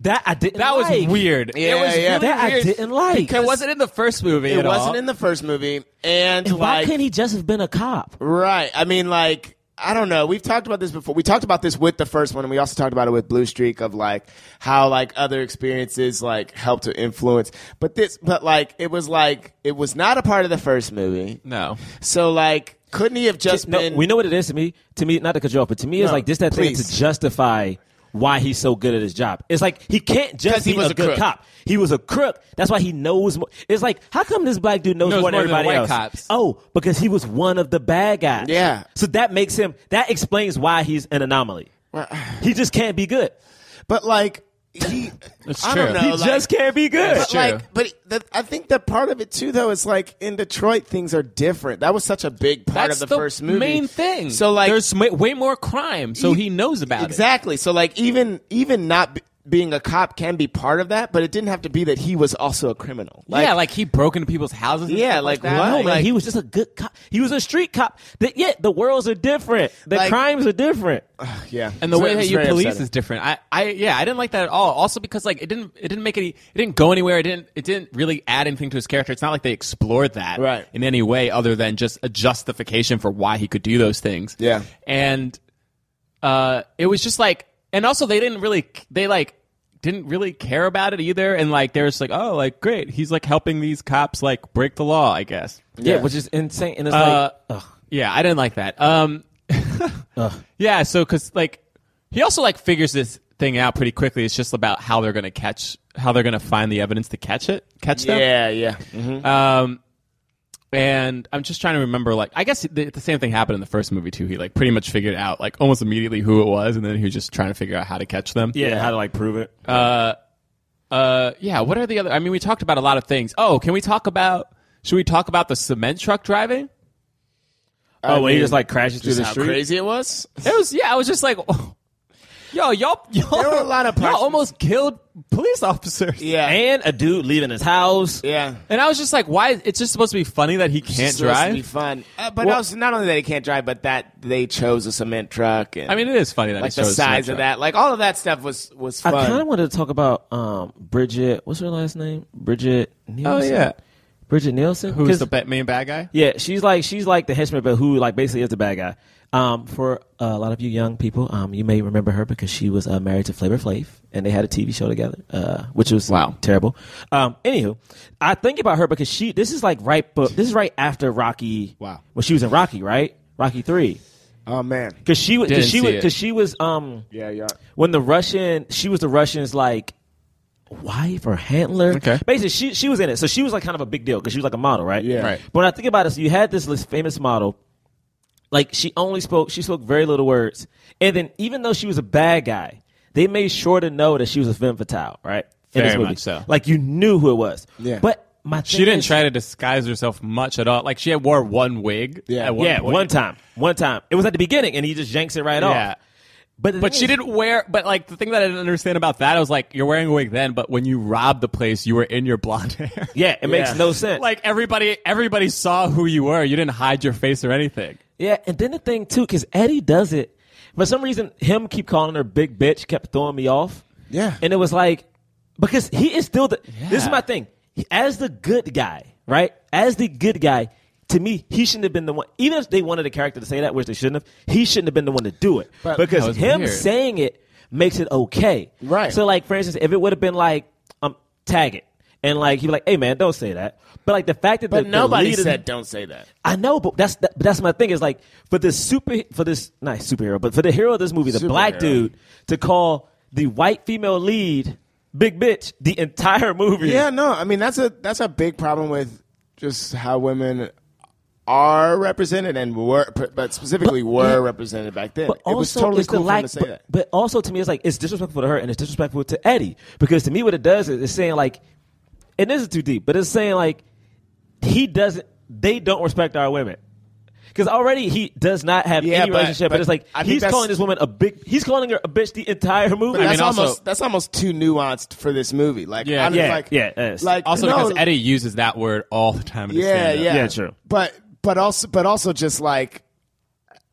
That I didn't.
that was
like.
weird. it
Yeah,
was
yeah.
really
That I
weird.
didn't like.
Because it wasn't in the first movie.
It
at
wasn't
all.
in the first movie, and,
And why
like,
couldn't he just have been a cop?
right? I mean, like, I don't know. We've talked about this before. We talked about this with the first one, and we also talked about it with Blue Streak of like how like other experiences like help to influence. But this, but like, it was like it was not a part of the first movie.
No.
So like, couldn't he have just
No,
been?
we know what it is to me. To me, not to cut you off, but to me, it's
No,
like this that thing
please.
to justify why he's so good at his job. It's like he can't
'Cause
just
he
be
was
a,
a
good
crook.
cop. He was a crook. That's why he knows more. It's like how come this black dude knows,
Knows
more than
more than the
everybody
white cops.
else? Oh, because he was one of the bad guys.
Yeah.
So that makes him. That explains why he's an anomaly. He just can't be good.
But like, he.
It's
I don't
true.
know.
He
like-
just can't be good.
But
true.
like, but the, I think that part of it too, though, is like in Detroit things are different. That was such a big part
That's
of the, first movie.
main thing.
So like,
there's ma- way more crime, so he knows about it.
exactly. So like, even even not b- being a cop can be part of that, but it didn't have to be that he was also a criminal.
yeah, like he broke into people's houses. And
Yeah,
stuff
like,
that.
what?
No, man,
Like-
he was just a good cop. He was a street cop. That yeah, the worlds are different. The
Like-
crimes are different.
yeah.
and the
So
way
it
that
was
you
very
police
upsetting.
is different. I, I, yeah, I didn't like that at all. Also because like it didn't, it didn't make any, it didn't go anywhere. It didn't, it didn't really add anything to his character. It's not like they explored that
Right.
in any way other than just a justification for why he could do those things.
Yeah.
and uh, it was just like, and also they didn't really, they like didn't really care about it either. And like they're just like, oh, like great, he's like helping these cops like break the law, I guess.
Yeah, which is insane. And it's
Uh,
like, ugh.
Yeah, I didn't like that. Um, yeah, so because like he also like figures this thing out pretty quickly. It's just about how they're gonna catch, how they're gonna find the evidence to catch it, catch them.
Yeah, yeah.
Um, and I'm just trying to remember. Like, I guess the, the same thing happened in the first movie too. He like pretty much figured out like almost immediately who it was, and then he was just trying to figure out how to catch them.
yeah, how to like prove it.
Uh, yeah. What are the other? I mean, we talked about a lot of things. Oh, can we talk about? Should we talk about the cement truck driving?
oh, when he just like crashes through the
How
street.
crazy it was.
It was yeah. I was just like, oh, yo, y'all, y'all,
There were a lot of
y'all
parts-
almost killed police officers.
Yeah,
And a dude leaving his house.
yeah.
And I was just like, why? It's just supposed to be funny that he can't
Supposed to Be
drive.
fun, uh, but
Well-
also not only that he can't drive, but that they chose a cement truck. And
I mean, it is funny that
like
he
the
chose cement
size of
truck.
that, like all of that stuff was was
I
fun.
kind of wanted to talk about um, Bridget. What's her last name? Bridget Nielsen.
yeah.
Bridget Nielsen.
Who's
'Cause-
the ba- main bad guy?
Yeah, she's like she's like the henchman, but who like basically is the bad guy. Um, for a lot of you young people, um, you may remember her because she was uh, married to Flavor Flav, and they had a TV show together, uh, which was
Wow.
terrible. Um, anywho, I think about her because she this is like right, but this is right after Rocky.
Wow.
when she was in Rocky, right? Rocky three,
oh man,
because she was
Didn't
because she
see
was
it.
because she was um
yeah, yeah.
when the Russian, she was the Russian's like wife or handler.
Okay.
Basically, she she was in it, so she was like kind of a big deal because she was like a model, right?
Yeah. Right.
But when I think about it, so you had this, this famous model. Like she only spoke, she spoke very little words, and then even though she was a bad guy, they made sure to know that she was a femme fatale, right? In
Very much so.
Like you knew who it was.
Yeah.
But my
She
thing
didn't
is-
try to disguise herself much at all. Like she had wore one wig.
Yeah.
at one
yeah,
point.
one time, one time. It was at the beginning, and he just yanks it right
Yeah.
off. But the
But
thing
she
is-
didn't wear. But like the thing that I didn't understand about that, I was like, you're wearing a wig then, but when you robbed the place, you were in your blonde hair.
Yeah, it makes no sense.
like everybody everybody saw who you were you didn't hide your face or anything
Yeah, and then the thing too, because Eddie does it for some reason. Him keep calling her big bitch kept throwing me off.
Yeah.
and it was like because he is still the. This is
Yeah.
my thing. As the good guy, right? As the good guy, to me, he shouldn't have been the one. Even if they wanted a character to say that, which they shouldn't have, he shouldn't have been the one to do it
that
because
was
him
weird.
saying it makes it okay.
Right.
So, like for instance, if it would have been like um, tag it. And like he was like, "Hey man, don't say that." But like the fact that
But
the,
nobody
the lead is-
said don't say that.
I know, but that's that, but that's my thing. Is like for this super for this not superhero, but for the hero of this movie, the black
Superhero.
dude, to call the white female lead big bitch the entire movie.
Yeah,
Yeah, no, I mean that's a that's a big problem with just how women are represented and were, but specifically were represented back then.
But
it was
also,
totally
it's the
cool for them
lack.
to say
but,
that.
but also, to me, it's like it's disrespectful to her and it's disrespectful to Eddie because to me, what it does is it's saying like, and this is too deep, but it's saying like he doesn't, they don't respect our women. Because already he does not have
Yeah,
any
but-
relationship, but,
but
it's like
I think
he's
that's-
calling this woman a big. He's calling her a bitch the entire movie.
That's
that's
also-
almost that's almost too nuanced for this movie. Like,
Yeah,
I'm just
yeah,
like,
yeah, it is.
like
Also,
no,
because Eddie uses that word all the time. In his
yeah,
stand-up.
yeah,
Yeah, true.
But but also but also just like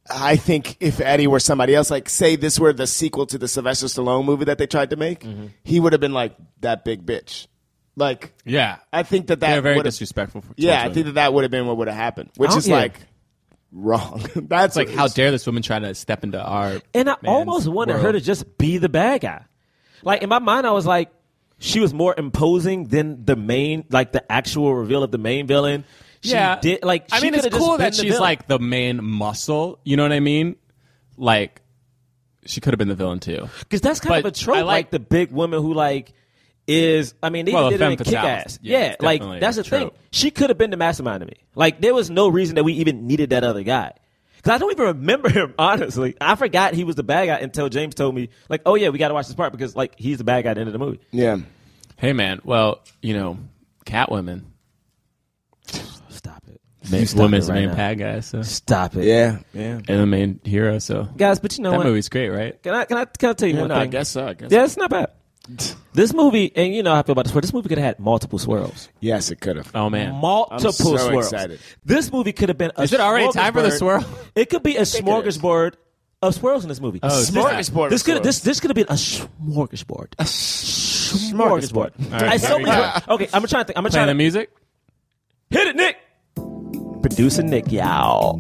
I think if Eddie were somebody else, like say this were the sequel to the Sylvester Stallone movie that they tried to make, he would have been like that big bitch. Like
yeah.
I think that that
They're very
would've-
disrespectful. For,
Yeah, I
towards
think
women.
that that would have been what would have happened, which
Oh,
is
yeah.
like wrong. That's
it's like how dare this woman try to step into our
And I
man's
almost wanted
world.
her to just be the bad guy. Like in my mind, I was like, she was more imposing than the main, like the actual reveal of the main villain. She
yeah.
did like.
I
she
mean, it's
could've just
cool
been
that
the
she's
villain.
like the main muscle. You know what I mean? Like, she could have been the villain too.
because that's kind of
but
a trope,
I
like,
like-
the big woman who like is. I mean, they
Well,
even
a
did it in
femme
Kick
fatale.
Ass.
Yeah,
Yeah,
it's definitely
like that's
a
the thing.
trope.
She could have been the mastermind to me. Like there was no reason that we even needed that other guy. Because I don't even remember him, honestly. I forgot he was the bad guy until James told me, like, oh, yeah, we got to watch this part because, like, he's the bad guy at the end of the movie.
yeah.
Hey, man. Well, you know, Catwoman.
Stop it.
Women's
stop
woman's
it
the
right
main
now.
bad guy, so
Stop it.
Yeah, yeah.
and the main hero. So
Guys, but you know
that
what?
movie's great, right?
Can I can I can I tell you one
No,
thing?
I guess so. I guess.
Yeah, it's not bad. this movie, and you know how I feel about the swirl. This movie could have had multiple swirls,
Yes, it could have.
Oh man,
multiple
I'm so
swirls.
excited.
This movie could have been. A
Is it already time for the
smorgasbord.
swirl?
It could be a smorgasbord of swirls in this movie.
Oh,
This-
smorgasbord of
This could
swirls.
this this could have been a smorgasbord. A smorgasbord. I so many- Okay, I'm trying to think. I'm
playing
trying
the
to
music.
hit it, Nick. Producer Nick, y'all.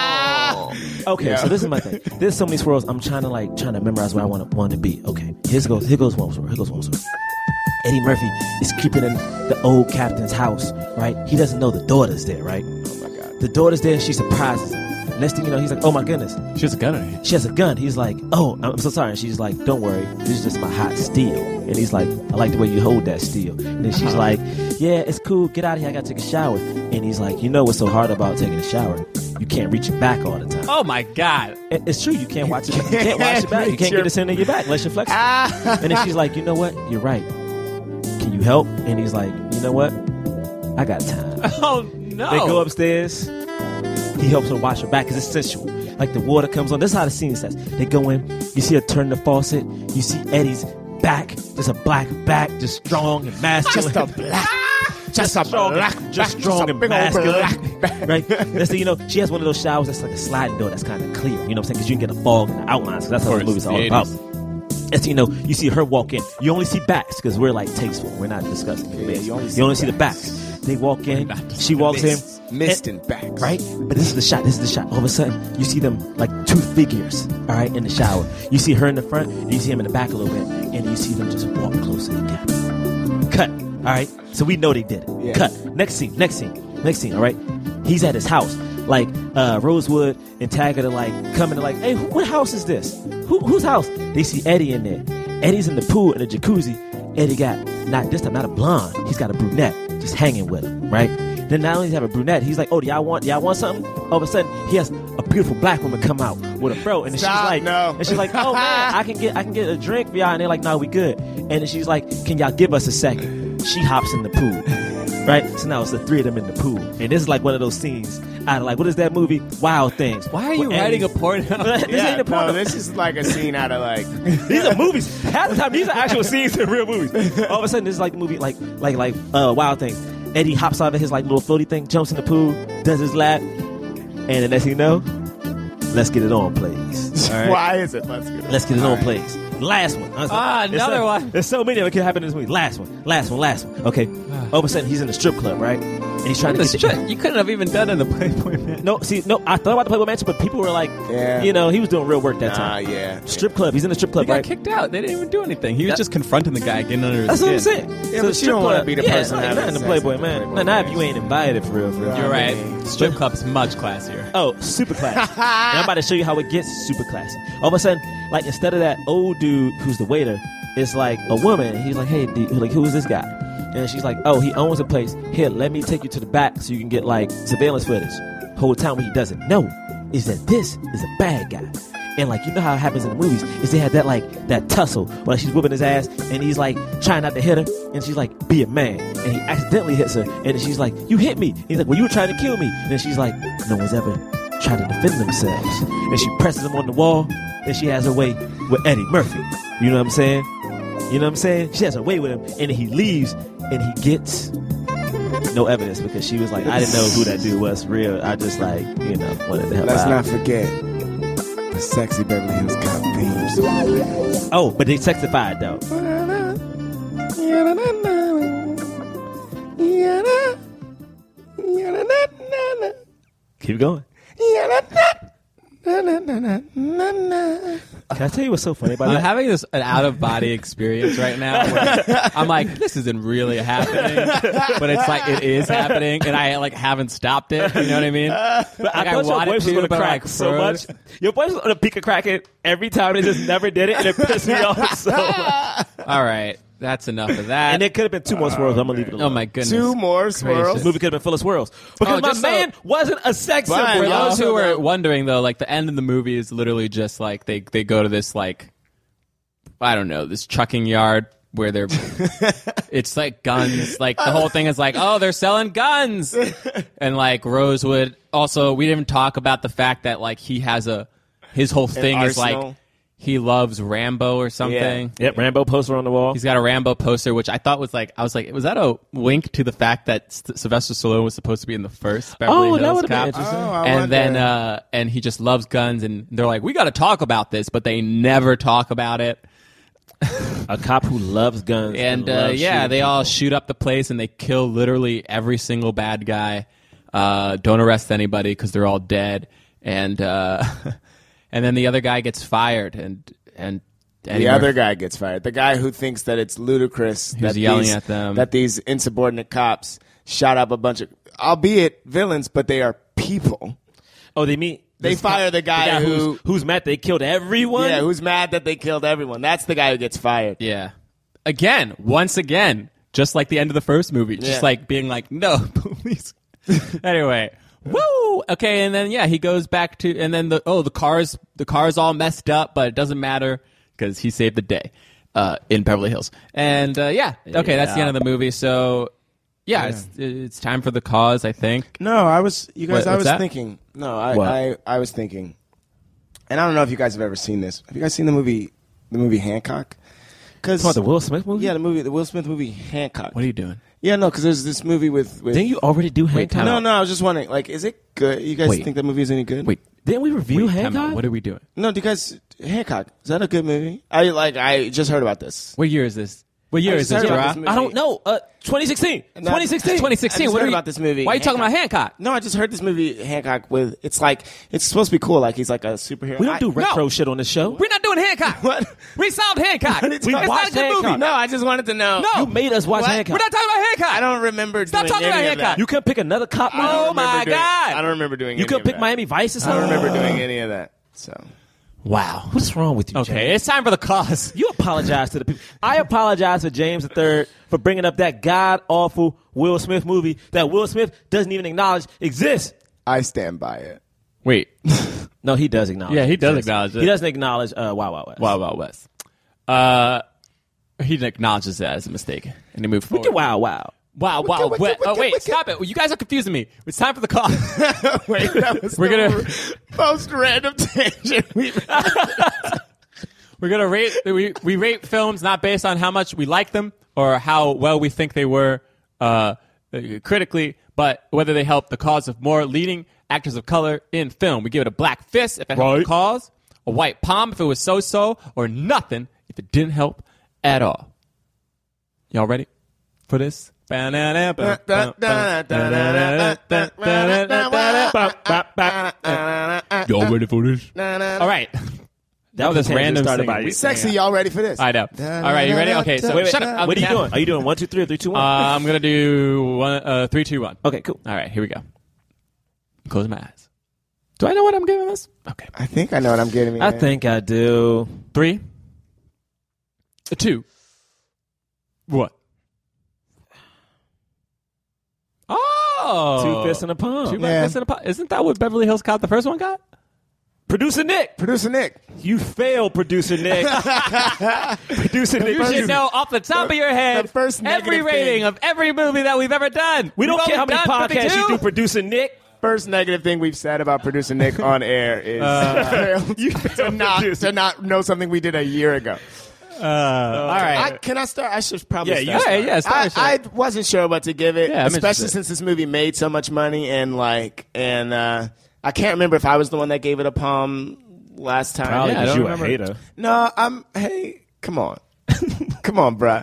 Oh. Okay, so this is my thing. There's so many swirls. I'm trying to like trying to memorize where I want to want to be. Okay, here goes here goes one swirl. Here goes one swirl. Eddie Murphy is creeping in the old captain's house, right? He doesn't know the daughter's there, right? Oh my god. The daughter's there. She surprises him. Next thing you know, he's like, "Oh my goodness,
She has a gun on her.
she has a gun." He's like, "Oh, I'm so sorry." And she's like, "Don't worry, this is just my hot steel." And he's like, "I like the way you hold that steel." And then she's like, "Yeah, it's cool. Get out of here. I gotta take a shower." And he's like, "You know what's so hard about taking a shower? You can't reach your back all the time."
Oh my god!
It- It's true. You can't watch it. You can't watch it back. You can't get this into your Ah. back unless you're flexible. and then she's like, you know what? You're right. Can you help? And he's like, you know what? I got time.
Oh no!
They go upstairs. He helps her wash her back because it's sensual. Like the water comes on. This is how the scene starts. They go in. You see her turn the faucet. You see Eddie's back. Just a black back, just strong and masculine. Just a black. Just, a strong, black, just strong and masculine, right? Let's say you know she has one of those showers that's like a sliding door that's kind of clear. You know what I'm saying? Because you can get a fog and the outlines. 'cause that's how
course,
the movie's
the
all about.
80s.
And so, you know, you see her walk in. You only see backs because we're like tasteful. We're not disgusting. you only, see, the backs. They walk in. She walks
Mist,
in.
mist
and-
and back.
Right? But this is the shot. This is the shot. All of a sudden, you see them like two figures, all right, in the shower. You see her in the front, and you see him in the back a little bit, and you see them just walk closer together. Cut. All right? So we know they did it. Cut. Next scene, next scene, next scene, all right? He's at his house. Like, uh, Rosewood and Taggart are like coming to like, hey, wh- what house is this? Who, whose house? They see Eddie in there. Eddie's in the pool in the jacuzzi. Eddie got, not this time, not a blonde. He's got a brunette just hanging with him, right? Then not only does he have a brunette, he's like, oh, do y'all want, do y'all want something? All of a sudden, he has a beautiful black woman come out with a fro, and then she's like,
no.
and she's like, oh man, I can get I can get a drink for y'all. And they're like, no, we good. And then she's like, can y'all give us a second? She hops in the pool. Right? So now it's the three of them in the pool. And this is like one of those scenes out of like, what is that movie? Wild Things.
Why are you
Where
writing a
Eddie-
porno?
this ain't a porno.
No, this is like a scene out of like
These are movies. Half the time, these are actual scenes in real movies. All of a sudden, this is like the movie, like like like uh, Wild Things. Eddie hops out of his like little floaty thing, jumps in the pool, does his lap, and the next thing you know, let's get it on, please. All right?
why is it? Let's get it.
Let's get it on, please. Last one.
Ah,
There's
another
so-
one.
Ah.
There's so many of it could happen in this movie. Last one. Last one. Last one. Okay. All of a sudden, he's in the strip club, right? And he's trying to
This
keep it-
shit you couldn't have even done in the Playboy man.
No, see, no, I thought about the Playboy Mansion, but people were like,
Yeah.
you know, he was doing real work that
Ah,
time.
yeah.
Strip club. He's in a strip
He
club,
got
right?
kicked out. They didn't even do anything. He was
That-
just confronting the guy, getting under his
That's
skin.
what I'm saying.
but you
strip
don't wanna
club-
be the
yeah,
person
like,
having
not in the
sex
Playboy
at the
man. Nah,
Playboy
nah, if you
Mansion.
ain't invited for real, for real.
You're right. Strip club's much classier.
Oh, super classy. and I'm about to show you how it gets super classy. All of a sudden, like instead of that old dude who's the waiter, it's like a woman. He's like, hey, dude, like who's this guy? And she's like, oh, he owns a place. Here, let me take you to the back so you can get like surveillance footage. Whole time what he doesn't know is that this is a bad guy. And like you know how it happens in the movies is they had that like that tussle where like, she's whipping his ass and he's like trying not to hit her and she's like be a man and he accidentally hits her and then she's like you hit me he's like well you were trying to kill me and then she's like no one's ever try to defend themselves. And she presses them on the wall, and she has her way with Eddie Murphy. You know what I'm saying? You know what I'm saying? She has her way with him, and he leaves, and he gets no evidence because she was like, I didn't know who that dude was for real. I just like, you know, wanted to help
Let's
out.
not forget the sexy Beverly Hills Cop themes.
oh, but they sexified though. Keep going. Can I tell you what's so funny about
I'm
that?
having this an out of body experience right now. Where I'm like, this isn't really happening, but it's like it is happening, and I like haven't stopped it. You know what I mean?
But
Like, I
I thought your
wanted
voice was
to,
going to
but,
crack
like,
so much.
froze.
Your voice was on the peak of cracking every time. It just never did it, and it pissed me off so much.
All right, that's enough of that.
And it could have been two more swirls. I'm going to leave it alone.
oh my goodness.
Two more swirls.
This movie could have been full of swirls. Because
Oh,
my
just so-
man wasn't a sex
Fine,
symbol.
For
y'all.
y'all.
those who
Yeah.
were wondering though, like the end of the movie is literally just like they they go to this like I don't know this trucking yard where they're it's like guns like the whole thing is like oh they're selling guns and like Rosewood also we didn't talk about the fact that like he has a his whole thing is like
arsenal.
he loves Rambo or something.
Yep, Rambo poster on the wall.
He's got a Rambo poster, which I thought was like I was like, was that a wink to the fact that S- Sylvester Stallone was supposed to be in the first Beverly
Oh, that
Hills
would've been
Cop?
interesting.
Oh, I
and
wonder.
then uh, and he just loves guns, and they're like, we got to talk about this, but they never talk about it.
Oh.
a cop who loves guns.
And uh,
loves
yeah,
shooting.
they all shoot up the place and they kill literally every single bad guy. Uh, don't arrest anybody because they're all dead. And uh, and then the other guy gets fired, and and
The other guy gets fired. The guy who thinks that it's ludicrous that
yelling
these,
at them.
that these insubordinate cops shot up a bunch of, albeit villains, but they are people.
Oh, they meet.
They
this
fire
cop-
the guy who-
who's, who's mad they killed everyone.
Yeah, who's mad that they killed everyone? That's the guy who gets fired.
Yeah. Again, once again, just like the end of the first movie, just
Yeah.
like being like, no, please. anyway, woo. Okay, and then yeah, he goes back to, and then the oh, the car's the car's all messed up, but it doesn't matter because he saved the day uh, in Beverly Hills. And uh, yeah, okay, that's the end of the movie. So yeah, It's, it's time for the cause, I think.
No, I was you guys.
What-
I
what's
was
that?
thinking. No, I,
What?
I I was thinking, and I don't know if you guys have ever seen this. Have you guys seen the movie the movie Hancock? Because
What, the Will Smith movie?
yeah, the movie the Will Smith movie Hancock.
What are you doing?
Yeah, no, because there's this movie with with.
Didn't you already do Hancock?
no, no, I was just wondering. Like, is it good? You guys
Wait.
think that movie is any good?
Wait,
Didn't we review
wait, time out.
Hancock?
What are we doing?
no, do you guys Hancock is that a good movie? I like I just heard about this.
What year is this? What year
I
is
just
this,
heard about
Gerard?
this movie.
I don't know. Uh, 2016. 2016.
2016.
I just
what
heard
are you-
about this movie,
Why are you talking about Hancock?
No, I just heard this movie Hancock with. It's like it's supposed to be cool. Like he's like a superhero.
We don't
I-
do retro
no.
shit on this show.
We're not doing Hancock.
What?
We solved Hancock.
What are you
It's
talking
not
about?
a good movie.
No, I just wanted to know.
No.
You made us watch
What?
Hancock.
We're not talking about Hancock.
I don't remember.
Stop
doing
talking
any
about
of
Hancock.
that.
you couldn't pick another cop movie.
Oh
remember
my
doing-
God.
I don't remember doing.
You
any
couldn't
of
pick
that.
Miami Vice or
I
something.
don't remember doing any of that. So
Wow.
What's wrong with you? James?
Okay, it's time for the cause.
You apologize to the people. I apologize to James III for bringing up that god awful Will Smith movie that Will Smith doesn't even acknowledge exists.
I stand by it.
Wait.
No, he does acknowledge.
Yeah, he does
exists.
acknowledge it.
He doesn't acknowledge uh, Wow Wow West.
Wow, wow, West. Uh, he acknowledges that as a mistake, and he moved forward.
Wicked Wow Wow.
Wow, wow,
wicked,
West. Oh
wicked,
wait,
wicked.
stop it! You guys are confusing me. It's time for the cause.
Wait, that was
We're
the
gonna-
most random tangent we've. had.
We're gonna rate. We we rate films not based on how much we like them or how well we think they were uh, uh, critically, but whether they help the cause of more leading actors of color in film. We give it a black fist if it helped the
Right.
cause, a white palm if it was so-so, or nothing if it didn't help at all. Y'all ready for this? Y'all ready for this? All right.
That was
This
a
random
random started
singer.
by you.
We-
Sexy, y'all ready for this?
I know. All right, you ready? Okay, so
Wait, wait,
shut up.
what are you
Now-
doing? Are you doing one, two, three, or three, two, one?
Uh, I'm gonna do one, uh, three, two, one.
okay, cool.
All right, here we go. Close my eyes. Do I know what I'm giving this? Okay,
I think I know what I'm getting. at.
I think I do.
three, Uh, two, what? Oh,
Two fists in a palm.
Two
Yeah.
fists in a pot. Isn't that what Beverly Hills Cop the first one got?
Producer Nick,
producer Nick.
you fail, producer Nick. producer Nick,
You
you-
should know off the top of your head
the first
every
negative thing.
rating of every movie that we've ever done.
We don't
We've
care how
only
many
done
podcasts you
52.
do, producer Nick.
First negative thing we've said about producer Nick on air is
You
to
fail,
not
producer.
to not know something we did a year ago. Uh,
All right.
I, can I start? I should probably.
Yeah, you
start.
start. Yeah, yeah, start,
I,
start.
I wasn't sure what to give it,
Yeah, I'm
especially
interested.
since this movie made so much money and like and uh, I can't remember if I was the one that gave it a palm last time.
Probably
Yeah, I
'cause
don't
you
remember.
a hater.
No, I'm. Hey, come on, come on, bruh.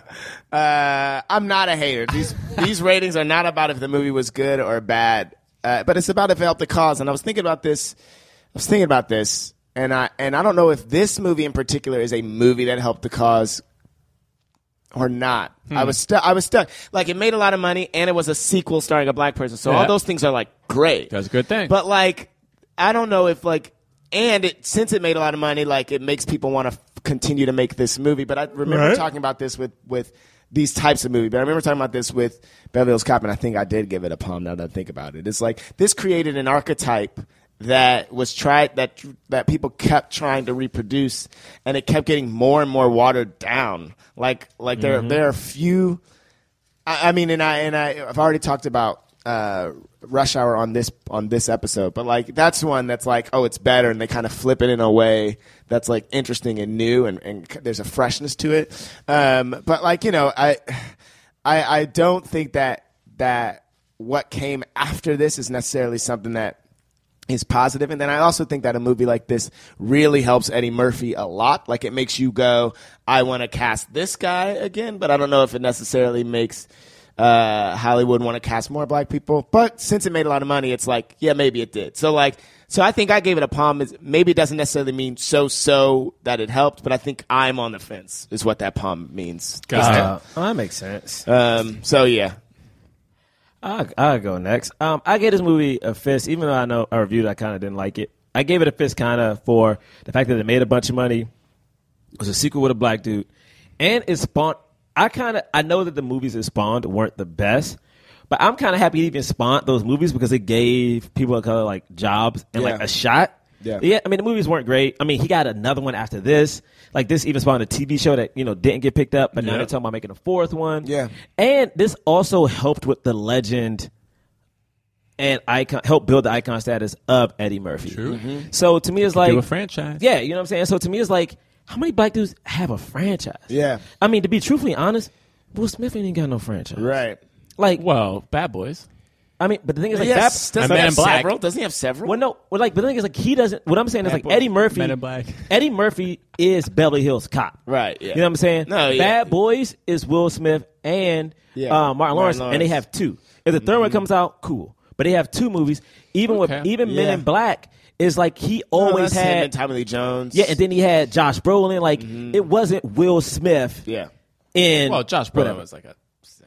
Uh, I'm not a hater. These these ratings are not about if the movie was good or bad, uh, but it's about if it helped the cause. And I was thinking about this. I was thinking about this, and I and I don't know if this movie in particular is a movie that helped the cause or not. I was stuck. I was stuck. Like it made a lot of money, and it was a sequel starring a black person. So all
Yeah.
those things are like great.
That's a good thing.
But like, I don't know if like, and it since it made a lot of money, like it makes people want to f- continue to make this movie. But I remember talking about this with with these types of movies. But I remember talking about this with Beverly Hills Cop, and I think I did give it a palm. Now that I think about it, it's like this created an archetype that was tried that that people kept trying to reproduce, and it kept getting more and more watered down. Like like there
Mm-hmm.
there are few. I, I mean, and I and I, I've already talked about uh, Rush Hour on this on this episode, but like that's one that's like, oh, it's better, and they kind of flip it in a way that's like interesting and new, and, and c- there's a freshness to it. Um, but like you know, I, I I don't think that that what came after this is necessarily something that is positive. And then I also think that a movie like this really helps Eddie Murphy a lot. Like it makes you go, I want to cast this guy again, but I don't know if it necessarily makes uh, Hollywood want to cast more black people. But since it made a lot of money, it's like, yeah, maybe it did. So like, so I think I gave it a palm. Is Maybe it doesn't necessarily mean so so that it helped, but I think I'm on the fence is what that palm means.
Uh, that makes sense.
Um, so yeah,
I'll, I'll go next. Um, I gave this movie a fist, even though I know I reviewed. it, I kind of didn't like it. I gave it a fist, kind of for the fact that it made a bunch of money. It was a sequel with a black dude, and it spawned. I kind of I know that the movies it spawned weren't the best, but I'm kind of happy it even spawned those movies because it gave people of color like jobs and like
Yeah.
a shot.
Yeah.
I mean the movies weren't great. I mean he got another one after this. Like this even spawned a TV show that you know didn't get picked up, but now
Yeah.
they're talking about making a fourth one.
Yeah.
And this also helped with the legend and icon helped build the icon status of Eddie Murphy. True. So to me it's like
do a franchise.
Yeah, you know what I'm saying? So to me it's like how many black dudes have a franchise?
Yeah.
I mean to be truthfully honest, Will Smith ain't got no franchise.
right.
Like
Well, Bad Boys.
I mean but the thing is like
Yes,
that
doesn't
Men
he
in
have
Black.
several? Doesn't he have several?
well, no, well, like, but the thing is, like, he doesn't. What I'm saying is, like,
Apple,
Eddie Murphy,
Men in Black.
Eddie Murphy is Beverly Hills Cop,
Right, yeah.
You know what I'm saying?
No, yeah.
Bad Boys is Will Smith and
Yeah,
uh, Martin,
Martin
Lawrence,
Lawrence.
and
Mm-hmm.
they have two. If the third one comes out, cool. But they have two movies. Even with
Okay.
even Men
Yeah.
in Black is like he always
that's him
had.
and Tommy Lee Jones.
yeah, and then he had Josh Brolin. Like it wasn't Will Smith.
Mm-hmm. yeah.
In
Well, Josh
whatever.
Brolin was like a,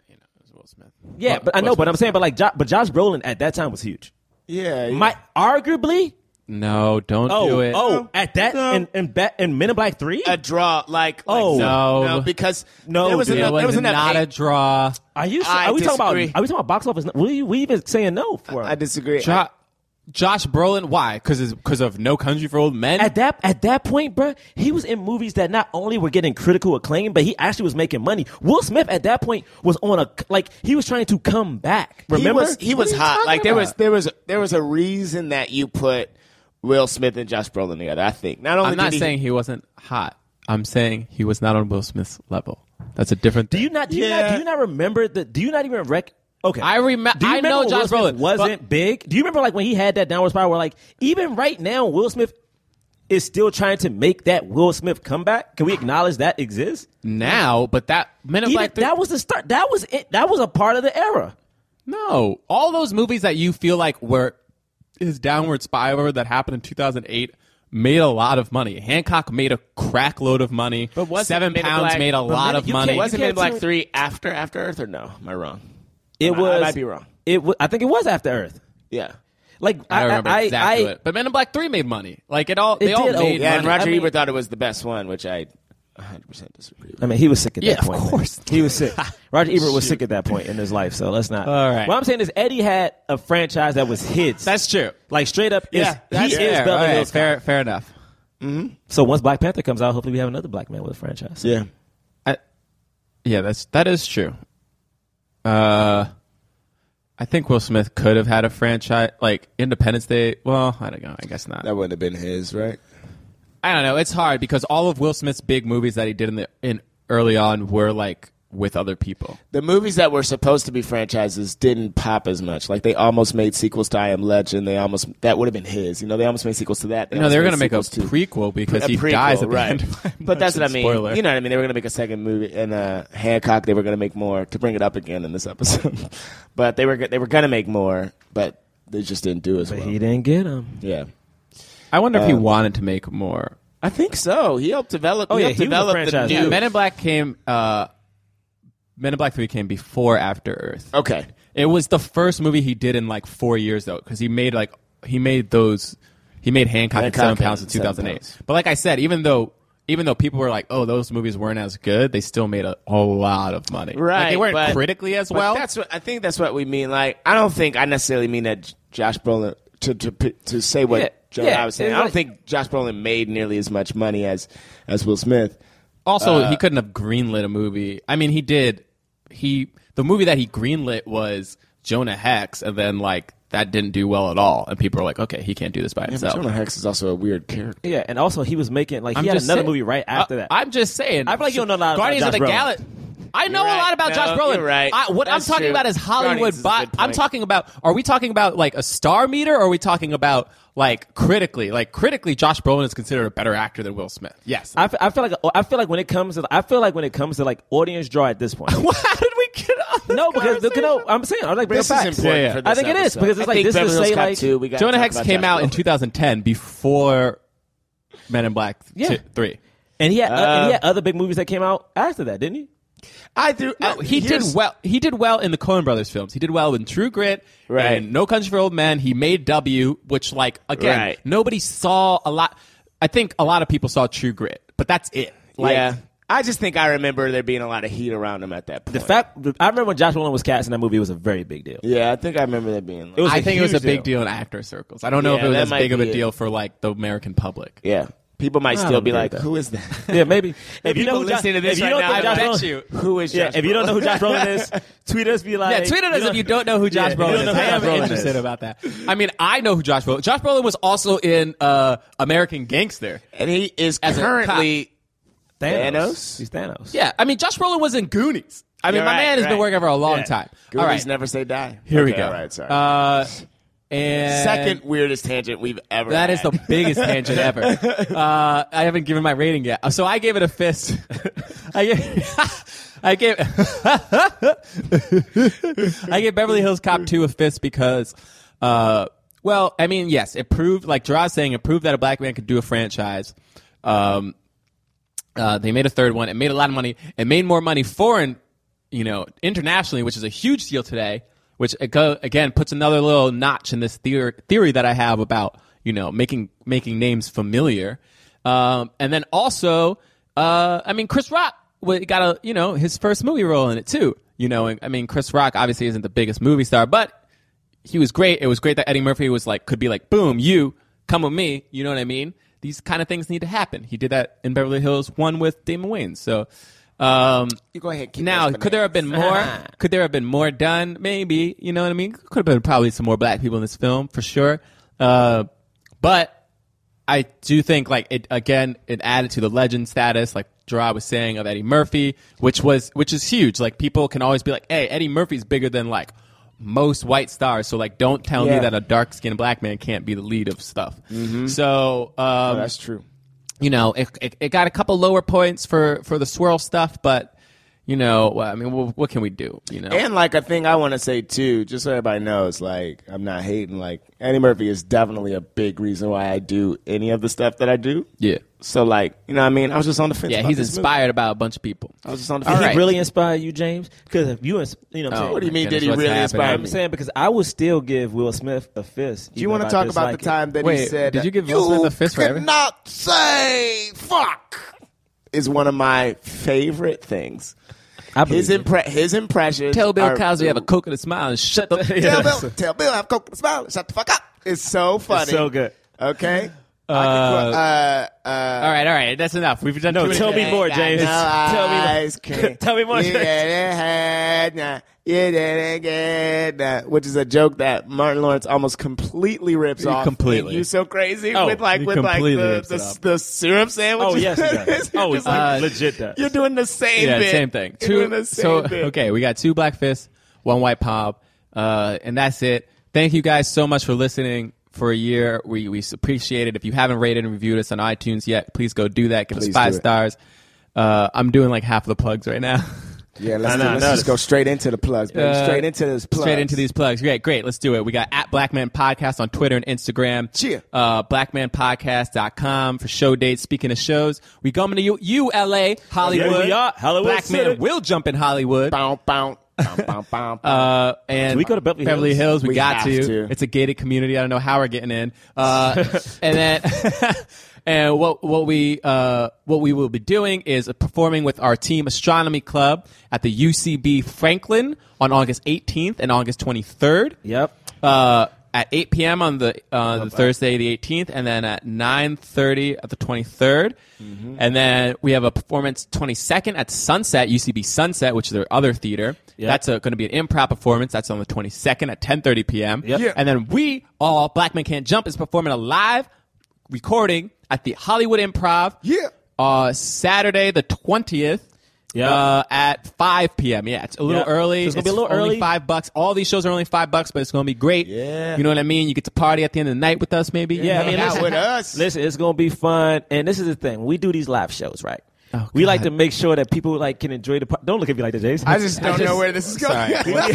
you know, it was Will Smith.
Yeah,
Well,
but I know.
Will
But I'm
Smith.
saying, but like, jo- but Josh Brolin at that time was huge.
Yeah, yeah.
My arguably.
no, don't
Oh,
do it.
oh, at that
No.
and and ba- and Men in Black Three.
a draw like
Oh.
like,
No.
because
No,
there was
dude.
it
enough,
was,
there was enough
not a draw.
Are you?
I
are we talking
disagree.
about? Are we talking about box office? Will you? We even saying no for?
I disagree
Jo- Josh Brolin, why? Because because of No Country for Old Men.
at that at that point, bruh, he was in movies that not only were getting critical acclaim, but he actually was making money. Will Smith at that point was on a like he was trying to come back. Remember,
he was he was hot like there was there was there was a reason that you put Will Smith and Josh Brolin together I think not only
I'm not
did he-
saying he wasn't hot. I'm saying he was not on Will Smith's level. That's a different.
Do you not? Do you not?
Yeah.
Do you not remember the? Do you not even rec? Okay,
I remem-
Do you
I
remember
know
when Will
Josh
Smith
Brolin,
wasn't
but-
big. Do you remember like when he had that downward spiral? Where like even right now, Will Smith is still trying to make that Will Smith comeback. Can we acknowledge that exists?
now, but that Men in
Even-
Black. Three-
that was the start. That was it. That was a part of the era.
no, all those movies that you feel like were his downward spiral that happened in 2008 made a lot of money. Hancock made a crack load of money.
But wasn't
Seven
Men in
Pounds
Black-
made a
but
lot
Men-
of
you
money.
can't-
Wasn't Men in Black
do-
Three after After Earth or no? Am I wrong?
It
I- I
was.
might be wrong.
It was, I think it was After Earth.
Yeah.
Like
I
I,
don't remember
I,
exactly
I-
what. But Men in Black Three made money. Like it all,
It
they all
did, oh,
made
yeah,
Yeah,
money.
and
Money.
Roger
I mean-
Ebert thought it was the best one, which I 100% disagree with.
I mean, he was sick at
Yeah,
that
of
point. man.
course.
He was sick. Roger Ebert was sick at that point in his life, so let's not.
All right.
What I'm saying is, Eddie had a franchise that was his.
That's true.
like straight up. is-
Yeah, that's
he
fair.
is Beverly
All right,
Hills Cop.
fair, fair enough.
So once Black Panther comes out, hopefully we have another black man with a franchise.
Yeah.
I, yeah, that's that is true. Uh, I think Will Smith could have had a franchise like Independence Day. Well, I don't know. I guess not.
That wouldn't have been his, right?
I don't know. It's hard because all of Will Smith's big movies that he did in the in early on were like with other people.
The movies that were supposed to be franchises didn't pop as much. Like they almost made sequels to I Am Legend. They almost that would have been his. You know, they almost made sequels to that.
You know, they were
almost
gonna
made
make a
sequels
prequel because
a
he
prequel,
dies at the
right.
end. of Five
But that's what I
Nights.
mean.
Spoiler.
You know what I mean? They were going to make a second movie, and uh, Hancock. They were going to make more to bring it up again in this episode. but they were go- they were going to make more, but they just didn't do as
But
well.
he didn't get him.
yeah,
I wonder if
uh,
he wanted to make more.
I think so. He helped develop.
Oh,
he
yeah,
helped
he was a
develop the
franchise.
new.
Yeah,
Men in Black came. Uh, Men in Black Three came before After Earth.
okay,
It was the first movie he did in like four years though, because he made like he made those he made Hancock, and
Hancock
Seven Pounds in
and
two
Seven
thousand eight.
Pounds.
But like I said, even though even though people were like, "Oh, those movies weren't as good," they still made a, a lot of money.
right?
like, they weren't
but-
critically as
but
well.
That's what I think. That's what we mean. Like, I don't think I necessarily mean that J- Josh Brolin to to p- to say what
Yeah,
Joe
yeah,
I was saying.
it's
I don't
like-
think Josh Brolin made nearly as much money as as Will Smith.
also,
uh,
he couldn't have greenlit a movie. I mean, he did. He the movie that he greenlit was Jonah Hex, and then like that didn't do well at all, and people were like, "Okay, he can't do this by
So.
himself."
Jonah Hex is also a weird character.
Yeah, and also he was making like
I'm
he had
just
another
saying-
movie right after
I-
that.
I'm just saying.
I feel like you don't know a lot about
Guardians of
Josh
the
Brolin.
Galaxy. I know
You're
a lot
right.
about
No,
Josh Brolin.
you're right.
I, what
That's
I'm talking
true.
about is Hollywood.
Guardians is a
Bi-
good
I'm
point.
talking about. Are we talking about like a star meter? or Are we talking about like critically? Like critically, Josh Brolin is considered a better actor than Will Smith. Yes.
I, fe- I feel like I feel like when it comes to I feel like when it comes to like audience draw at this point.
How did we get on? This
no, because look,
conversation?
no, I'm saying I'm like bring
This
it
is
back.
important
Yeah, yeah.
for
I
this
think it is,
episode.
because it's
I
like,
think
this is
Beverly
say,
Hills Cop
like-
2, we gotta
Jonah
talk
Hex
about
came
Josh
out in
Brolin.
2010 before Men in Black t-
Yeah.
Three.
And he had and
Uh,
he had other big movies that came out after that, didn't he?
I threw.
No,
I-
he did
here's-
well. He did well in the Coen Brothers films. He did well in True Grit,
Right.
And no Country for Old Men. He made W, which like again,
Right.
nobody saw a lot. I think a lot of people saw True Grit, but that's it. Like,
yeah, I just think I remember there being a lot of heat around him at that point.
The fact I remember when Josh Brolin was cast in that movie, it was a very big deal.
yeah, I think I remember there being.
was
I
a
think it was a
huge
big
deal.
deal in actor circles. I don't know
Yeah,
if it was
that
as
might
big of a
be it.
deal for like the American public.
yeah, people might still
don't
be
agree
like,
with that.
"Who is that?"
Yeah, maybe. if you
people
know who Josh,
listening to this
if you
right
don't
now,
think
I
Josh
bet
Brolin-
you.
Who is?
Yeah,
Josh
if you don't know who
Brolin?
Josh Brolin is, tweet us. Be like,
Yeah, tweet at us if you don't know who Josh
Yeah,
Brolin
you
is.
don't know
I
who
am
Josh Brolin is.
interested about that. I mean, I know who Josh Brolin. Josh Brolin was also in uh, American Gangster.
and he is
As a
currently.
Thanos.
Thanos?
He's Thanos.
Yeah, I mean, Josh Brolin was in Goonies. I mean,
You're
my
right,
man has been
right.
working for a long
Yeah.
time.
Goonies
all right,
never say die.
Here we
Okay,
go.
All right, sorry.
Uh, and
Second weirdest tangent we've ever.
That is
had.
the biggest tangent ever. Uh, I haven't given my rating yet, so I gave it a fist. I gave, I gave, I gave Beverly Hills Cop two a fist because, uh, well, I mean, yes, it proved like Gerard's saying, it proved that a black man could do a franchise. Um, uh, they made a third one. It made a lot of money. It made more money foreign, you know, internationally, which is a huge deal today. Which it go, again puts another little notch in this theory, theory that I have about you know making making names familiar, um, and then also, uh, I mean, Chris Rock wa- got a you know his first movie role in it too. You know, and, I mean, Chris Rock obviously isn't the biggest movie star, but he was great. It was great that Eddie Murphy was like, could be like, boom, you come with me. You know what I mean? These kind of things need to happen. He did that in Beverly Hills, one with Damon Wayans. So, um,
You go ahead. Keep
now
those
could there have been more? could there have been more done? Maybe. You know what I mean? Could have been probably some more black people in this film for sure. Uh, but I do think like it again. It added to the legend status, like Gerard was saying of Eddie Murphy, which was which is huge. Like people can always be like, "Hey, Eddie Murphy's bigger than like most white stars. So like, don't tell me
Yeah.
that a dark skinned black man can't be the lead of stuff. So um,
Oh, That's true.
you know, it, it, it got a couple lower points for, for the swirl stuff, but you know, well, I mean, what, what can we do? You know,
And like a thing I want to say too, just so everybody knows, like I'm not hating. Like Eddie Murphy is definitely a big reason why I do any of the stuff that I do.
yeah,
So like, you know, what I mean, I was just on the fence.
yeah,
about
he's
this movie. Uh,
inspired about a bunch of people.
I was just on the
All
fence.
right.
really inspire you, James? Because if you, ins- you know, what I'm saying?
Oh,
What do you
my
mean?
goodness,
did he
what's
really
happening?
inspire
I'm
me?
saying because I would still give Will Smith a fist.
Do you want to talk about the time that he
Wait,
said?
did you give Will Smith a fist for
could
everything?"
not say fuck. Is one of my favorite things.
I believe
His
you.
impre- his impression.
Tell Bill
are-
Cosby have a coconut smile and shut the
Tell Bill, tell Bill, have coconut smile. Shut the fuck up. It's so funny.
so good.
Okay.
Uh,
uh,
all right, all right, that's enough. We've done.
No,
too
tell
many-
me more, James. Tell me more.
ice cream.
Tell me more.
You didn't have none. You didn't get none. Which is a joke that Martin Lawrence almost completely rips off.
completely.
You so crazy
Oh,
with like
he
with like
completely
the
rips it
the,
up.
the syrup sandwich.
Oh yes, he does.
You're
Oh,
just
it's
like,
legit does.
you're doing the same.
Yeah,
bit.
same thing.
You're doing
Two.
the same
so
bit.
okay, we got two black fists, one white pop, uh, and that's it. Thank you guys so much for listening for a year. We we appreciate it. If you haven't rated and reviewed us on iTunes yet, please go do that. Give us
Please
five
do it.
stars. Uh, I'm doing like half of the plugs right now.
Yeah, let's,
I know,
do-
I
let's just
noticed.
go straight into the plugs, baby.
Uh,
straight into those plugs.
Straight into these plugs. Great, great. Let's do it. We got at Black Man Podcast on Twitter and Instagram.
Cheer.
Uh, blackmanpodcast.com for show dates. Speaking of shows, we coming to you, you LA, Hollywood.
Yeah, we are. Hollywood
Black
City.
Man will jump in Hollywood.
Bow, bow, bow, bow, bow, bow.
Uh, and
Can we go to Beverly Hills?
we,
We
got
have
to.
to.
It's a gated community. I don't know how we're getting in. Uh, and then, and what what we uh, what we will be doing is performing with our team Astronomy Club at the UCB Franklin on August 18th and August 23rd.
Yep.
Uh, at 8 p.m. on the uh, the Thursday the 18th, and then at 9:30 at the 23rd,
Mm-hmm.
and then we have a performance 22nd at Sunset UCB Sunset, which is their other theater.
Yep.
That's going to be an improv performance. That's on the 22nd at 10:30 p.m.
Yep. Yeah.
And then we all Black Men Can't Jump is performing a live recording at the Hollywood Improv.
Yeah.
Uh, Saturday the 20th.
Yep.
Uh, at 5 p.m. Yeah, it's a little
Yep.
early.
So it's gonna be a little
only
early.
Five bucks. All these shows are only five bucks, but it's gonna be great.
Yeah.
You know what I mean? You get to party at the end of the night with us, maybe.
Yeah, I mean,
Hang out
listen-
with us.
Listen, it's gonna be fun, and this is the thing: we do these live shows, right?
Oh,
we like
God.
to make sure that people like can enjoy the. Par- Don't look at me like that, James.
I just don't know where this is going.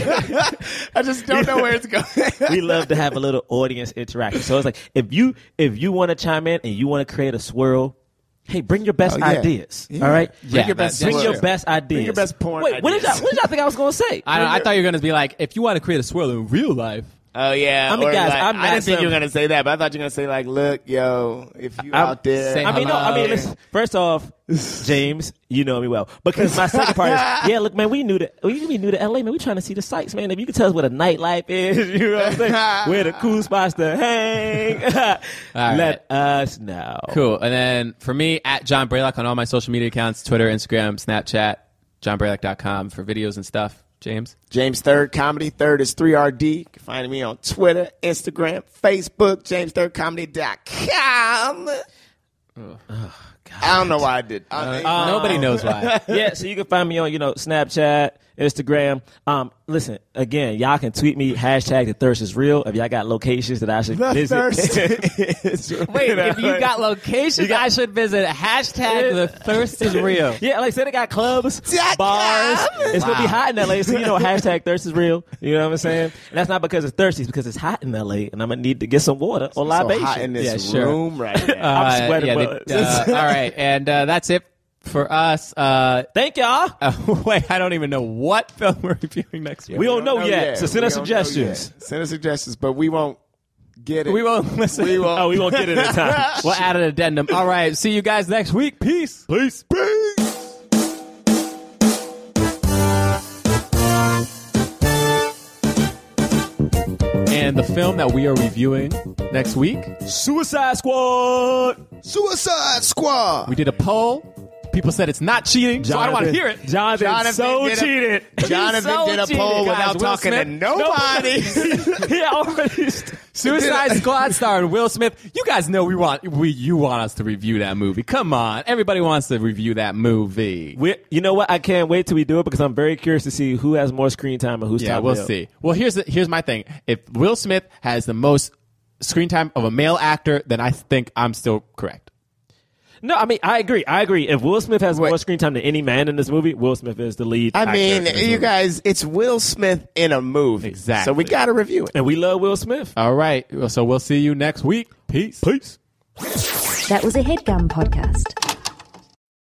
I just don't know where it's going.
we love to have a little audience interaction. So it's like if you if you want to chime in and you want to create a swirl, hey, bring your best
Oh, yeah.
ideas.
Yeah.
All right,
Yeah,
your
that's-
best
bring
that's
your
true.
best ideas.
your best porn
Wait, what did y'all
ideas.
what did y'all think I was gonna say?
I, don't, I thought you were gonna be like, if you want to create a swirl in real life,
Oh yeah.
I mean,
or
guys,
like-
I'm
I didn't
not
think you were
some-
gonna say that, but I thought you were gonna say like, look, yo, if you
I'm-
out there,
say
I mean, no. I
Hello.
mean, listen, first off, James, you know me well because my second part is, yeah. Look, man, we knew that we, we knew the L.A. Man, we trying to see the sights, man. If you can tell us what a nightlife is, you know what I'm saying, where the cool spots to hang, let us know.
cool. And then for me, at John Braylock on all my social media accounts: Twitter, Instagram, Snapchat, johnbraylock.com for videos and stuff. James,
James Third Comedy Third is three RD. You can find me on Twitter, Instagram, Facebook, JamesThirdComedy.com.
Oh,
I don't know why I did. I,
nobody knows why.
yeah, so you can find me on, you know, Snapchat, Instagram. Um, listen, again, y'all can tweet me, hashtag the thirst is real. If y'all got locations that I should
the
visit.
thirst is
Wait,
real.
if you got locations, I should visit. Hashtag the thirst is real.
Yeah, like I said, they got clubs, bars. It's gonna be hot in LA, so you know hashtag thirst is real. You know what I'm saying? And that's not because it's thirsty, it's because it's hot in LA, and I'm gonna need to get some water or
so
libation.
hot in this Uh,
Yeah, sure.
room right now.
I'm sweating
yeah,
bullets.
they- uh, all right, and uh, that's it for us. Uh,
Thank y'all.
Uh, wait, I don't even know what film we're reviewing next week.
we don't know,
don't
yet, so send
We
us
don't know
suggestions.
yet. Send us suggestions, but we won't get it.
We won't listen.
We won't.
Oh, we won't get it in time.
We'll add an addendum. All right, see you guys next week. Peace.
Peace. Peace.
And the film that we are reviewing next week,
Suicide Squad.
Suicide Squad.
we did a poll. People said it's not cheating, so I don't want to hear it.
Jonathan, so
did a-
cheated.
Jonathan
so
did a
cheated,
poll
guys.
without
Will
talking to
Smith-
nobody.
he already. st-
Suicide Squad starring Will Smith. You guys know we want we you want us to review that movie. Come on, everybody wants to review that movie.
We, you know what? I can't wait till we do it because I'm very curious to see who has more screen time and who's
Yeah,
top
we'll
bill.
see. Well, here's the, here's my thing. If Will Smith has the most screen time of a male actor, then I think I'm still correct.
No, I mean I agree. I agree. If Will Smith has
Wait.
more screen time than any man in this movie, Will Smith is the lead.
I
actor in
mean,
this
you
movie.
guys, it's Will Smith in a movie.
Exactly.
So we got to review it.
and we love Will Smith.
All right. So we'll see you next week. Peace.
Peace.
That was a headgum podcast.